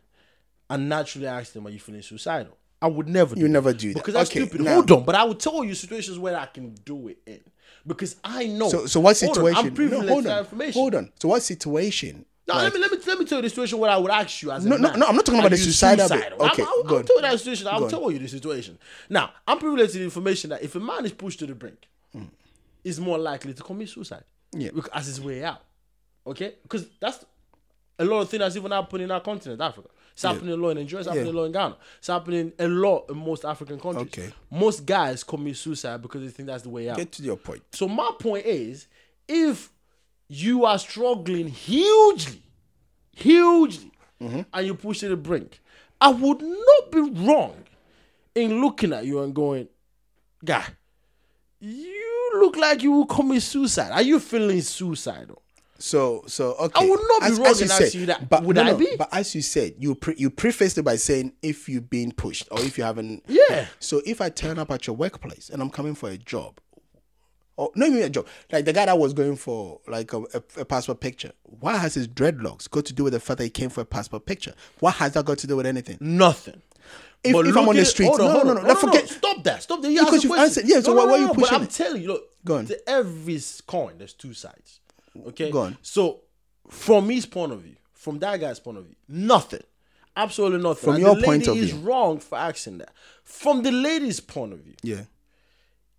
S1: and naturally ask them, "Are you feeling suicidal?" I would never. Do
S2: You never do that.
S1: because that's
S2: Okay,
S1: stupid.
S2: now-
S1: Hold on, but I would tell you situations where I can do it in because I know.
S2: So so what
S1: Hold on,
S2: situation?
S1: I'm privileged
S2: no, hold
S1: to that
S2: on.
S1: information.
S2: Hold on. So what situation?
S1: No, let me let me let me tell you the situation where I would ask you as a
S2: No, no,
S1: man,
S2: no, I'm not talking
S1: are
S2: about the
S1: you
S2: suicidal bit. Okay,
S1: I'm, I'll, I'll
S2: go on.
S1: tell you that situation. I'll
S2: Go on.
S1: tell you the situation. Now, I'm privileged to the information that if a man is pushed to the brink, is more likely to commit suicide.
S2: Yeah.
S1: bec- as his way out. Okay, because that's a lot of things that's even happening in our continent, Africa. It's happening a lot in Nigeria. It's happening
S2: Yeah.
S1: a lot in Ghana. It's happening a lot in most African countries.
S2: Okay.
S1: Most guys commit suicide because they think that's the way out.
S2: Get to your point.
S1: So my point is, if you are struggling hugely, hugely, and you push to the brink, I would not be wrong in looking at you and going, guy, you look like you will commit suicide. Are you feeling suicidal?
S2: So so okay.
S1: would not be wrong in asking you that.
S2: But
S1: Would
S2: no,
S1: I
S2: no,
S1: be?
S2: But as you said, you pre- you prefaced it by saying if you've been pushed or if you haven't.
S1: Yeah.
S2: So if I turn up at your workplace and I'm coming for a job, or not even a job, like the guy that was going for like a, a, a passport picture, why has his dreadlocks got to do with the fact that he came for a passport picture? What has that got to do with anything?
S1: Nothing.
S2: If- if I'm
S1: look
S2: on the
S1: at-
S2: streets-
S1: hold on,
S2: no,
S1: hold
S2: no,
S1: on.
S2: no, no, forget-
S1: Stop that. Stop that. You
S2: Because
S1: asked a
S2: you've
S1: question.
S2: answered- yeah, so
S1: No,
S2: why-
S1: no,
S2: why are you
S1: no,
S2: pushing
S1: But I'm
S2: it?
S1: telling you, look.
S2: Go on.
S1: To every s- coin, there's two sides. Okay.
S2: Go on.
S1: So, from his point of view, from that guy's point of view, nothing. Absolutely nothing.
S2: From
S1: And
S2: your
S1: the
S2: point
S1: lady
S2: of
S1: is
S2: view.
S1: wrong for asking that. From the lady's point of view,
S2: Yeah.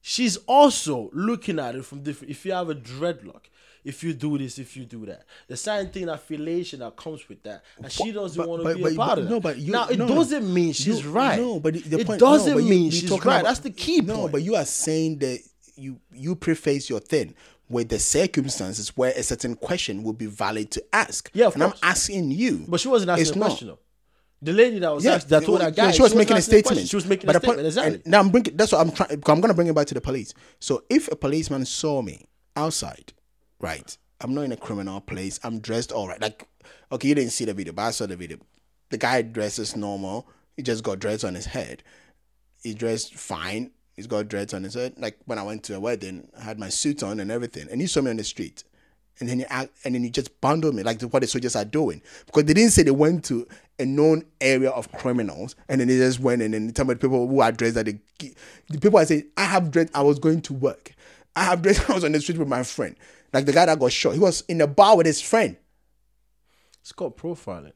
S1: she's also looking at it from different. If you have a dreadlock, if you do this, if you do that, there's certain thing affiliation that comes with that, and she doesn't
S2: But-
S1: want to
S2: but-
S1: be
S2: but-
S1: a part
S2: but-
S1: of that.
S2: no, but you-
S1: now it
S2: no, no.
S1: doesn't mean she's
S2: You-
S1: right.
S2: No, but the, the
S1: it
S2: point, no,
S1: doesn't
S2: but you-
S1: mean
S2: you're
S1: she's right.
S2: talking about-
S1: That's the key
S2: No,
S1: point.
S2: but you are saying that you you preface your thing with the circumstances where a certain question would be valid to ask.
S1: Yeah, of
S2: and
S1: course.
S2: I'm asking you.
S1: But she wasn't asking
S2: It's
S1: a
S2: not.
S1: question though. The lady that was
S2: Yeah,
S1: asked, that told
S2: yeah,
S1: that guy,
S2: she was making a
S1: asking question.
S2: statement.
S1: She was making
S2: But
S1: a
S2: the point-
S1: statement. exactly.
S2: and Now I'm bringing. That's what I'm trying. I'm gonna bring it back to the police. So if a policeman saw me outside, right? I'm not in a criminal place. I'm dressed all right. Like, okay, you didn't see the video, but I saw the video. The guy dresses normal. He just got dreads on his head. He dressed fine. He's got dreads on his head. Like when I went to a wedding, I had my suit on and everything. And you saw me on the street. And then you act, and then you just bundle me like what the soldiers are doing because they didn't say they went to a known area of criminals and then they just went and then tell me the people who are dressed that they gi- the people I say I have dreads I was going to work I have dreads I was on the street with my friend like the guy that got shot he was in a bar with his friend
S1: It's called profiling.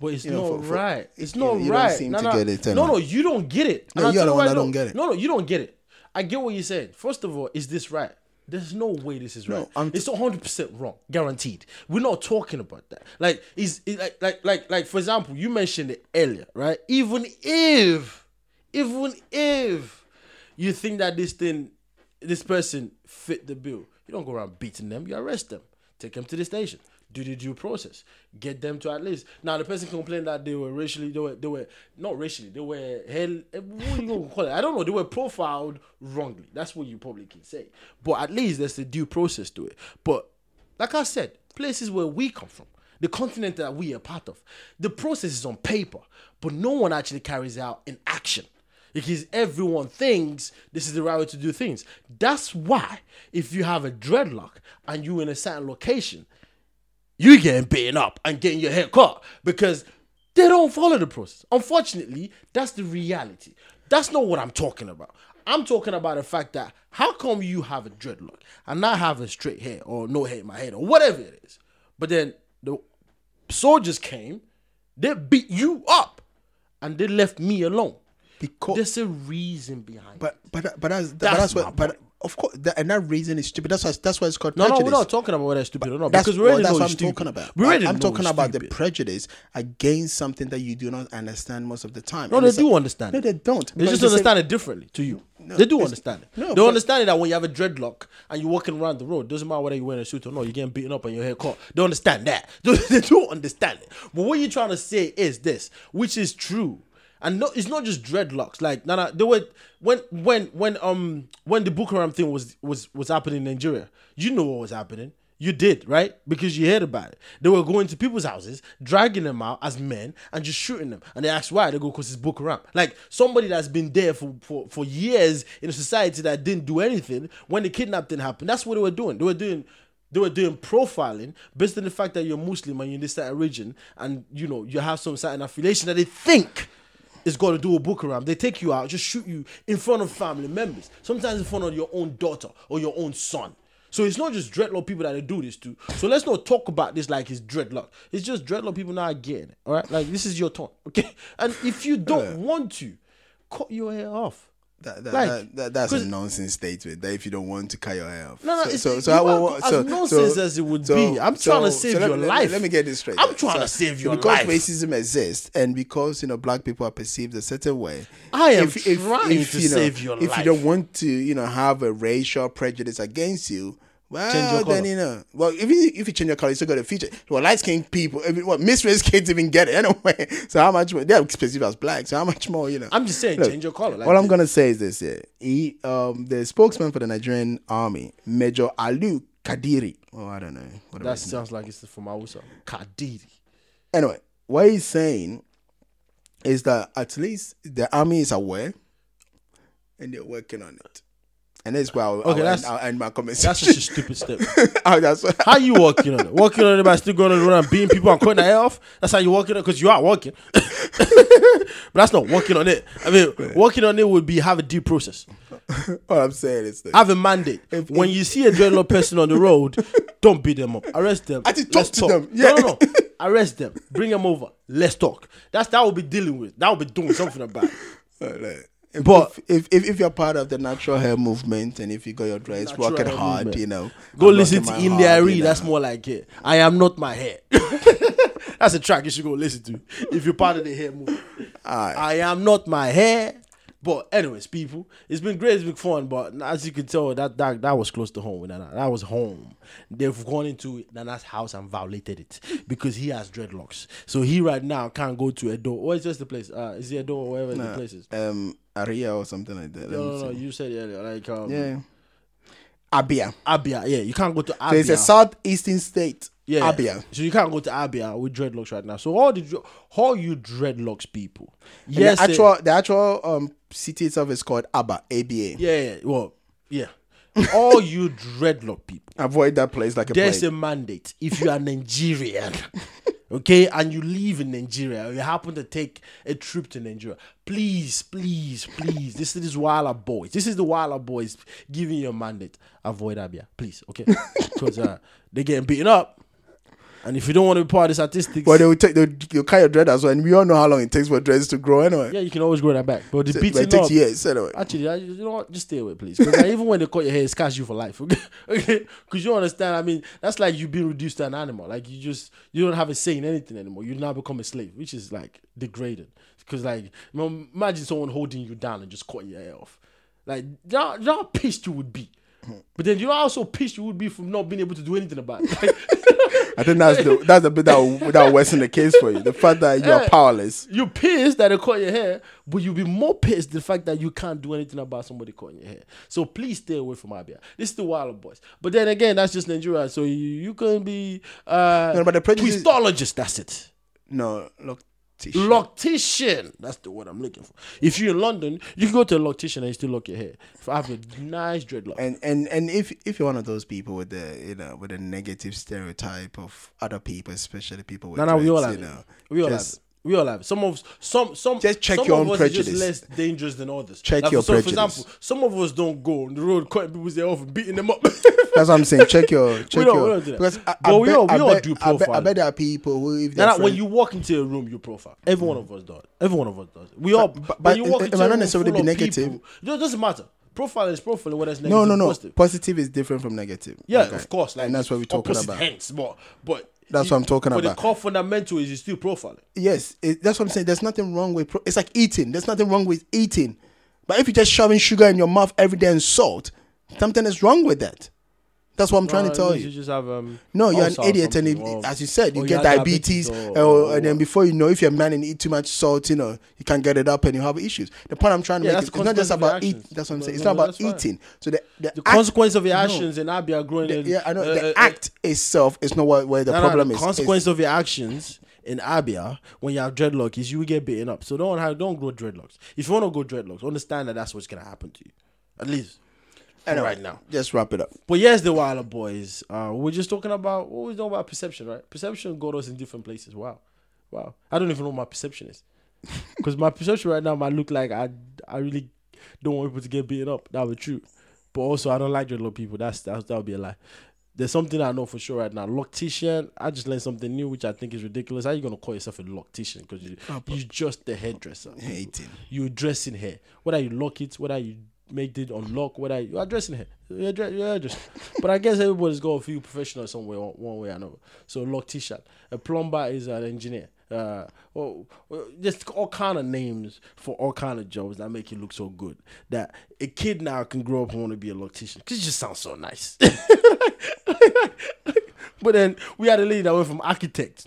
S1: But it's
S2: You know,
S1: not
S2: for- for-
S1: right. It's
S2: you
S1: not
S2: know, you don't
S1: right.
S2: seem
S1: no,
S2: to
S1: no.
S2: get it,
S1: no,
S2: Tony.
S1: no, you don't get it.
S2: No,
S1: And I'll
S2: you're
S1: tell
S2: the one
S1: why
S2: that
S1: no.
S2: don't get it.
S1: No, no, you don't get it. I get what you're saying. First of all, is this right? There's no way this is
S2: No,
S1: right.
S2: I'm-
S1: it's 100 percent wrong, guaranteed. We're not talking about that. Like, is it like like like like for example, you mentioned it earlier, right? Even if, even if you think that this thing, this person fit the bill, you don't go around beating them. You arrest them, take them to the station, do the due process, get them to at least. Now the person complained that they were racially, they were they were not racially, they were hell. eh, What you gonna call it? I don't know. They were profiled wrongly. That's what you probably can say. But at least there's the due process to it. But like I said, places where we come from, the continent that we are part of, the process is on paper, but no one actually carries out in action because everyone thinks this is the right way to do things. That's why if you have a dreadlock and you in a certain location, you getting beaten up and getting your hair cut because they don't follow the process. Unfortunately, that's the reality. That's not what I'm talking about. I'm talking about the fact that how come you have a dreadlock and I have a straight hair or no hair in my head or whatever it is, but then the soldiers came, they beat you up, and they left me alone.
S2: Because-
S1: There's a reason behind.
S2: But but that- but that's,
S1: That's
S2: but that's
S1: my
S2: what. But
S1: point.
S2: of course, that, and that reason is stupid. That's why that's why it's called
S1: no, no, we're
S2: prejudice.
S1: not talking about whether it's stupid or not
S2: That's,
S1: because we already
S2: well, that's
S1: know
S2: what I'm
S1: it's stupid.
S2: talking about.
S1: We already
S2: I'm
S1: know
S2: talking
S1: it's
S2: about
S1: stupid.
S2: the prejudice against something that you do not understand most of the time.
S1: No,
S2: And
S1: they
S2: it's
S1: do
S2: like-
S1: understand.
S2: No,
S1: it.
S2: they don't.
S1: They just understand it differently to you. they do
S2: it's-
S1: understand it.
S2: no,
S1: they
S2: but-
S1: understand it that when you have a dreadlock and you're walking around the road, doesn't matter whether you're wearing a suit or not, you're getting beaten up and your hair caught. They understand that. they do understand it. But what you're trying to say is this, which is true. And no, it's not just dreadlocks. Like, no, no, they were when when when um when the Bukaram thing was was was happening in Nigeria. You know what was happening. You did, right? Because you heard about it. They were going to people's houses, dragging them out as men, and just shooting them. And they asked why. They go, because it's Boko Haram. Like somebody that's been there for, for, for years in a society that didn't do anything when the kidnapping thing happened. That's what they were doing. They were doing they were doing profiling based on the fact that you're Muslim and you're in this certain region and you know you have some certain affiliation that they think is got to do a book around. They take you out, just shoot you in front of family members, sometimes in front of your own daughter or your own son. So it's not just dreadlock people that they do this to. So let's not talk about this like it's dreadlock. It's just dreadlock people not getting it. All right, like this is your turn, okay? And if you don't want to, cut your hair off.
S2: That, that,
S1: Like,
S2: that, that, that's a
S1: 'cause-
S2: nonsense statement. That if you don't want to cut your hair off,
S1: No, no, it's,
S2: I-
S1: you
S2: well,
S1: are-
S2: well,
S1: as nonsense as it would
S2: so-
S1: be. I'm
S2: so-
S1: trying to
S2: so
S1: save
S2: let me-
S1: your
S2: let me-
S1: life.
S2: Let me get this straight.
S1: I'm
S2: then.
S1: trying
S2: So,
S1: to save your life.
S2: because racism exists and because you know black people are perceived a certain way.
S1: I am trying to
S2: you know,
S1: save your
S2: If
S1: life.
S2: you don't want to, you know, have a racial prejudice against you. Well,
S1: your
S2: then
S1: colour.
S2: you know. Well, if you if you change your color, you still got a feature. Well, light skinned people, I mean, well, mixed race kids even get it anyway. So how much more? They're perceived as black. So how much more? You know.
S1: I'm just saying, change your colour, like
S2: all I'm
S1: this.
S2: gonna say is this: yeah. he, um, the spokesman for the Nigerian army, Major Alu Kadiri. Oh, I don't know. What
S1: That sounds like it's from Awusa. Kadiri.
S2: anyway, what he's saying is that at least the army is aware and they're working on it. And that's why I'll,
S1: Okay,
S2: I'll,
S1: that's-
S2: end, I'll end my
S1: That's
S2: conversation.
S1: just a stupid step.
S2: Oh, that's what-
S1: How you walking on it? Walking on it by still going on the road and beating people and cutting their hair off? That's how you walking on it because you are walking. but that's not walking on it. I mean, walking on it would be have a due process,
S2: what I'm saying is this.
S1: have a mandate. when you see a dreadlock person on the road, don't beat them up. Arrest them.
S2: I think talk
S1: Let's
S2: to them. Yeah.
S1: No, no, no. Arrest them. Bring them over. Let's talk. That's that will be dealing with. That will be doing something about. It.
S2: Oh, If,
S1: But-
S2: if, if if you're part of the natural hair movement and if you got your dress,
S1: Natural
S2: work it
S1: hair
S2: hard,
S1: movement.
S2: you know.
S1: Go
S2: I'm
S1: listen to
S2: working my
S1: India
S2: hard,
S1: Re.
S2: you
S1: That's
S2: know.
S1: more like it. I am not my hair. That's a track you should go listen to if you're part of the hair movement.
S2: Alright.
S1: I am not my hair. But anyways, people, it's been great, it's been fun. But as you can tell, that that, that was close to home. with Nana. That was home. They've gone into Nana's house and violated it because he has dreadlocks. So he right now can't go to Edo. Or it's just the place. Uh, is it Edo or wherever the place is?
S2: Um, Aria or something like that. Let
S1: No,
S2: me
S1: no, no.
S2: see.
S1: You said earlier, like um,
S2: Yeah. Abia.
S1: Abia. Yeah, you can't go to Abia.
S2: So it's a southeastern state.
S1: Yeah.
S2: Abia.
S1: So you can't go to Abia with dreadlocks right now. So all the dre- how you dreadlocks people?
S2: And
S1: Yes.
S2: the
S1: it-
S2: actual the actual um city itself is called Aba. Aba.
S1: yeah, yeah. Well, yeah. all you dreadlock people.
S2: Avoid that place like a
S1: There's
S2: plague.
S1: a mandate. If you are Nigerian, okay, and you live in Nigeria, or you happen to take a trip to Nigeria, please, please, please. This is Wala Boys. This is the Wala Boys giving you a mandate. Avoid Abia, please, okay? Because uh, they're getting beaten up. And if you don't want to be part of the statistics,
S2: But they will take they will cut your dread as well, and we all know how long it takes for dreads to grow anyway.
S1: yeah, you can always grow that back. But the
S2: But
S1: beating
S2: it takes
S1: up,
S2: years anyway.
S1: Actually, I, you know what? Just stay away, please. Because even when they cut your hair, it scars you for life. Okay, because you don't understand. I mean, that's like you being reduced to an animal. Like you just you don't have a say in anything anymore. You now become a slave, which is like degrading. Because like you know, imagine someone holding you down and just cutting your hair off. Like you know, you know how pissed you would be.
S2: Hmm.
S1: But then you know how so pissed you would be from not being able to do anything about it. Like,
S2: I think that's the that's the bit that will, that will worsen the case for you. The fact that you are
S1: Yeah.
S2: powerless.
S1: you pissed that they cut your hair, but you'll be more pissed the fact that you can't do anything about somebody cutting your hair. So please stay away from Abia. This is the Wild Boys. But then again, that's just Nigeria. So you, you can be uh
S2: No, but the prejudice-
S1: twistologist, that's it.
S2: No, look, t-
S1: Loctician. That's the word I'm looking for. If you're in London, you can go to a loctician and you still lock your hair. If I have a nice dreadlock.
S2: and and and if if you're one of those people with the you know with a negative stereotype of other people, especially people with
S1: No, no, we all
S2: dreads,
S1: have
S2: you
S1: it.
S2: know,
S1: We all
S2: just-
S1: have it. We all have it. Some of some some
S2: Just check
S1: some
S2: your
S1: of
S2: own
S1: us Are
S2: prejudice.
S1: just less dangerous than others.
S2: Check
S1: Like,
S2: your
S1: so
S2: prejudice.
S1: For example, some of us don't go on the road cutting people's hair off and beating them up.
S2: That's what I'm saying. Check your check
S1: don't-
S2: your
S1: we don't do that.
S2: because I, I
S1: But we
S2: bet,
S1: all- we
S2: I
S1: all
S2: bet,
S1: do
S2: I bet, I
S1: profiling.
S2: bet there are people who if
S1: Now,
S2: they're
S1: that when
S2: friend-
S1: you walk into a room, you profile. Every one of us does. Every one of us does. We all. But,
S2: but
S1: you
S2: it-
S1: walk
S2: it
S1: into
S2: might
S1: a
S2: not
S1: room
S2: necessarily
S1: full
S2: be
S1: of
S2: negative.
S1: people- it doesn't matter. Profiling is profiling, whether it's negative
S2: no no
S1: or
S2: no
S1: positive.
S2: positive. is different from negative.
S1: Yeah,
S2: Okay.
S1: of course. Like
S2: and that's what we're talking
S1: opposite
S2: about.
S1: Hence, but but
S2: That's
S1: you-
S2: what I'm talking
S1: but
S2: about.
S1: the core fundamental is you still profiling.
S2: Yes, it, that's what I'm saying. There's nothing wrong with pro- it's like eating. There's nothing wrong with eating, but if you're just shoving sugar in your mouth every day and salt, something is wrong with that. That's what I'm
S1: Uh,
S2: trying to tell you.
S1: just have um.
S2: No, you're an
S1: ulcer or
S2: idiot, and
S1: something, Oh,
S2: if,
S1: or-
S2: as you said, you
S1: or
S2: get
S1: had
S2: diabetes,
S1: or-
S2: uh,
S1: or-
S2: and then before you know, if you're a man and you eat too much salt, you know, you can't get it up, and you have issues. The point I'm trying to
S1: Yeah,
S2: make
S1: that's
S2: is it's not
S1: consequence
S2: just
S1: of your
S2: about eat.
S1: actions.
S2: That's what I'm
S1: No,
S2: saying. It's
S1: no,
S2: not
S1: no, that's
S2: about
S1: fine.
S2: eating. So the the,
S1: the
S2: act-
S1: consequence of your
S2: No.
S1: actions and Abia are growing.
S2: the-
S1: in-
S2: yeah, I know
S1: uh,
S2: the
S1: uh, uh,
S2: act itself is not where, where the
S1: no, no,
S2: problem is.
S1: consequence of your actions in Abia when you have dreadlock is you will get beaten up. So don't have, don't grow dreadlocks. If you want to go dreadlocks, understand that that's what's gonna happen to you, at least
S2: It's- anyway,
S1: right now.
S2: Just wrap it up.
S1: But yes, the Wilder boys. Uh, we we're just talking about what we talking about perception, right? Perception got us in different places. Wow, wow. I don't even know what my perception is, because my perception right now might look like I I really don't want people to get beaten up. That would be true, but also I don't like dreadlock people. That's that that would be a lie. There's something I know for sure right now. Loctician. I just learned something new, which I think is ridiculous. How you gonna call yourself a loctician? Because you you just a hairdresser.
S2: Hating.
S1: You're dressing hair. Whether you lock it, whether you make it unlock, whether you are dressing hair. You're, dre- you're just. but I guess everybody's got a few professionals somewhere, one- one way or another. So loctician, a plumber is an engineer. Uh, well, well, just all kind of names for all kind of jobs that make you look so good that a kid now can grow up and want to be a loctician because it just sounds so nice. but then we had a lady that went from architect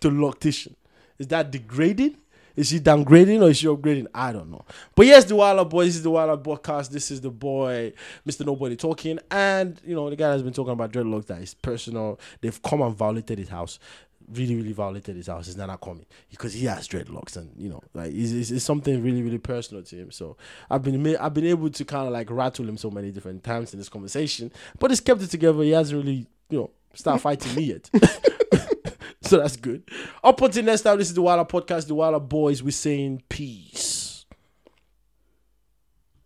S1: to loctician. Is that degrading? Is she downgrading or is she upgrading? I don't know. But yes, the Wild Out Boys. This is the Wild Out Podcast. This is the boy, Mr. Nobody Talking. And, you know, the guy has been talking about dreadlocks that is personal. They've come and violated his house. Really, really violated his house. His Nana Komi. Because he has dreadlocks and, you know, like, it's, it's, it's something really, really personal to him. So I've been ma- I've been able to kind of like rattle him so many different times in this conversation. But he's kept it together. He hasn't really, you know, started fighting me yet. So that's good. Up until next time, this is the Wilder Podcast, the Wilder Boys. We're saying peace.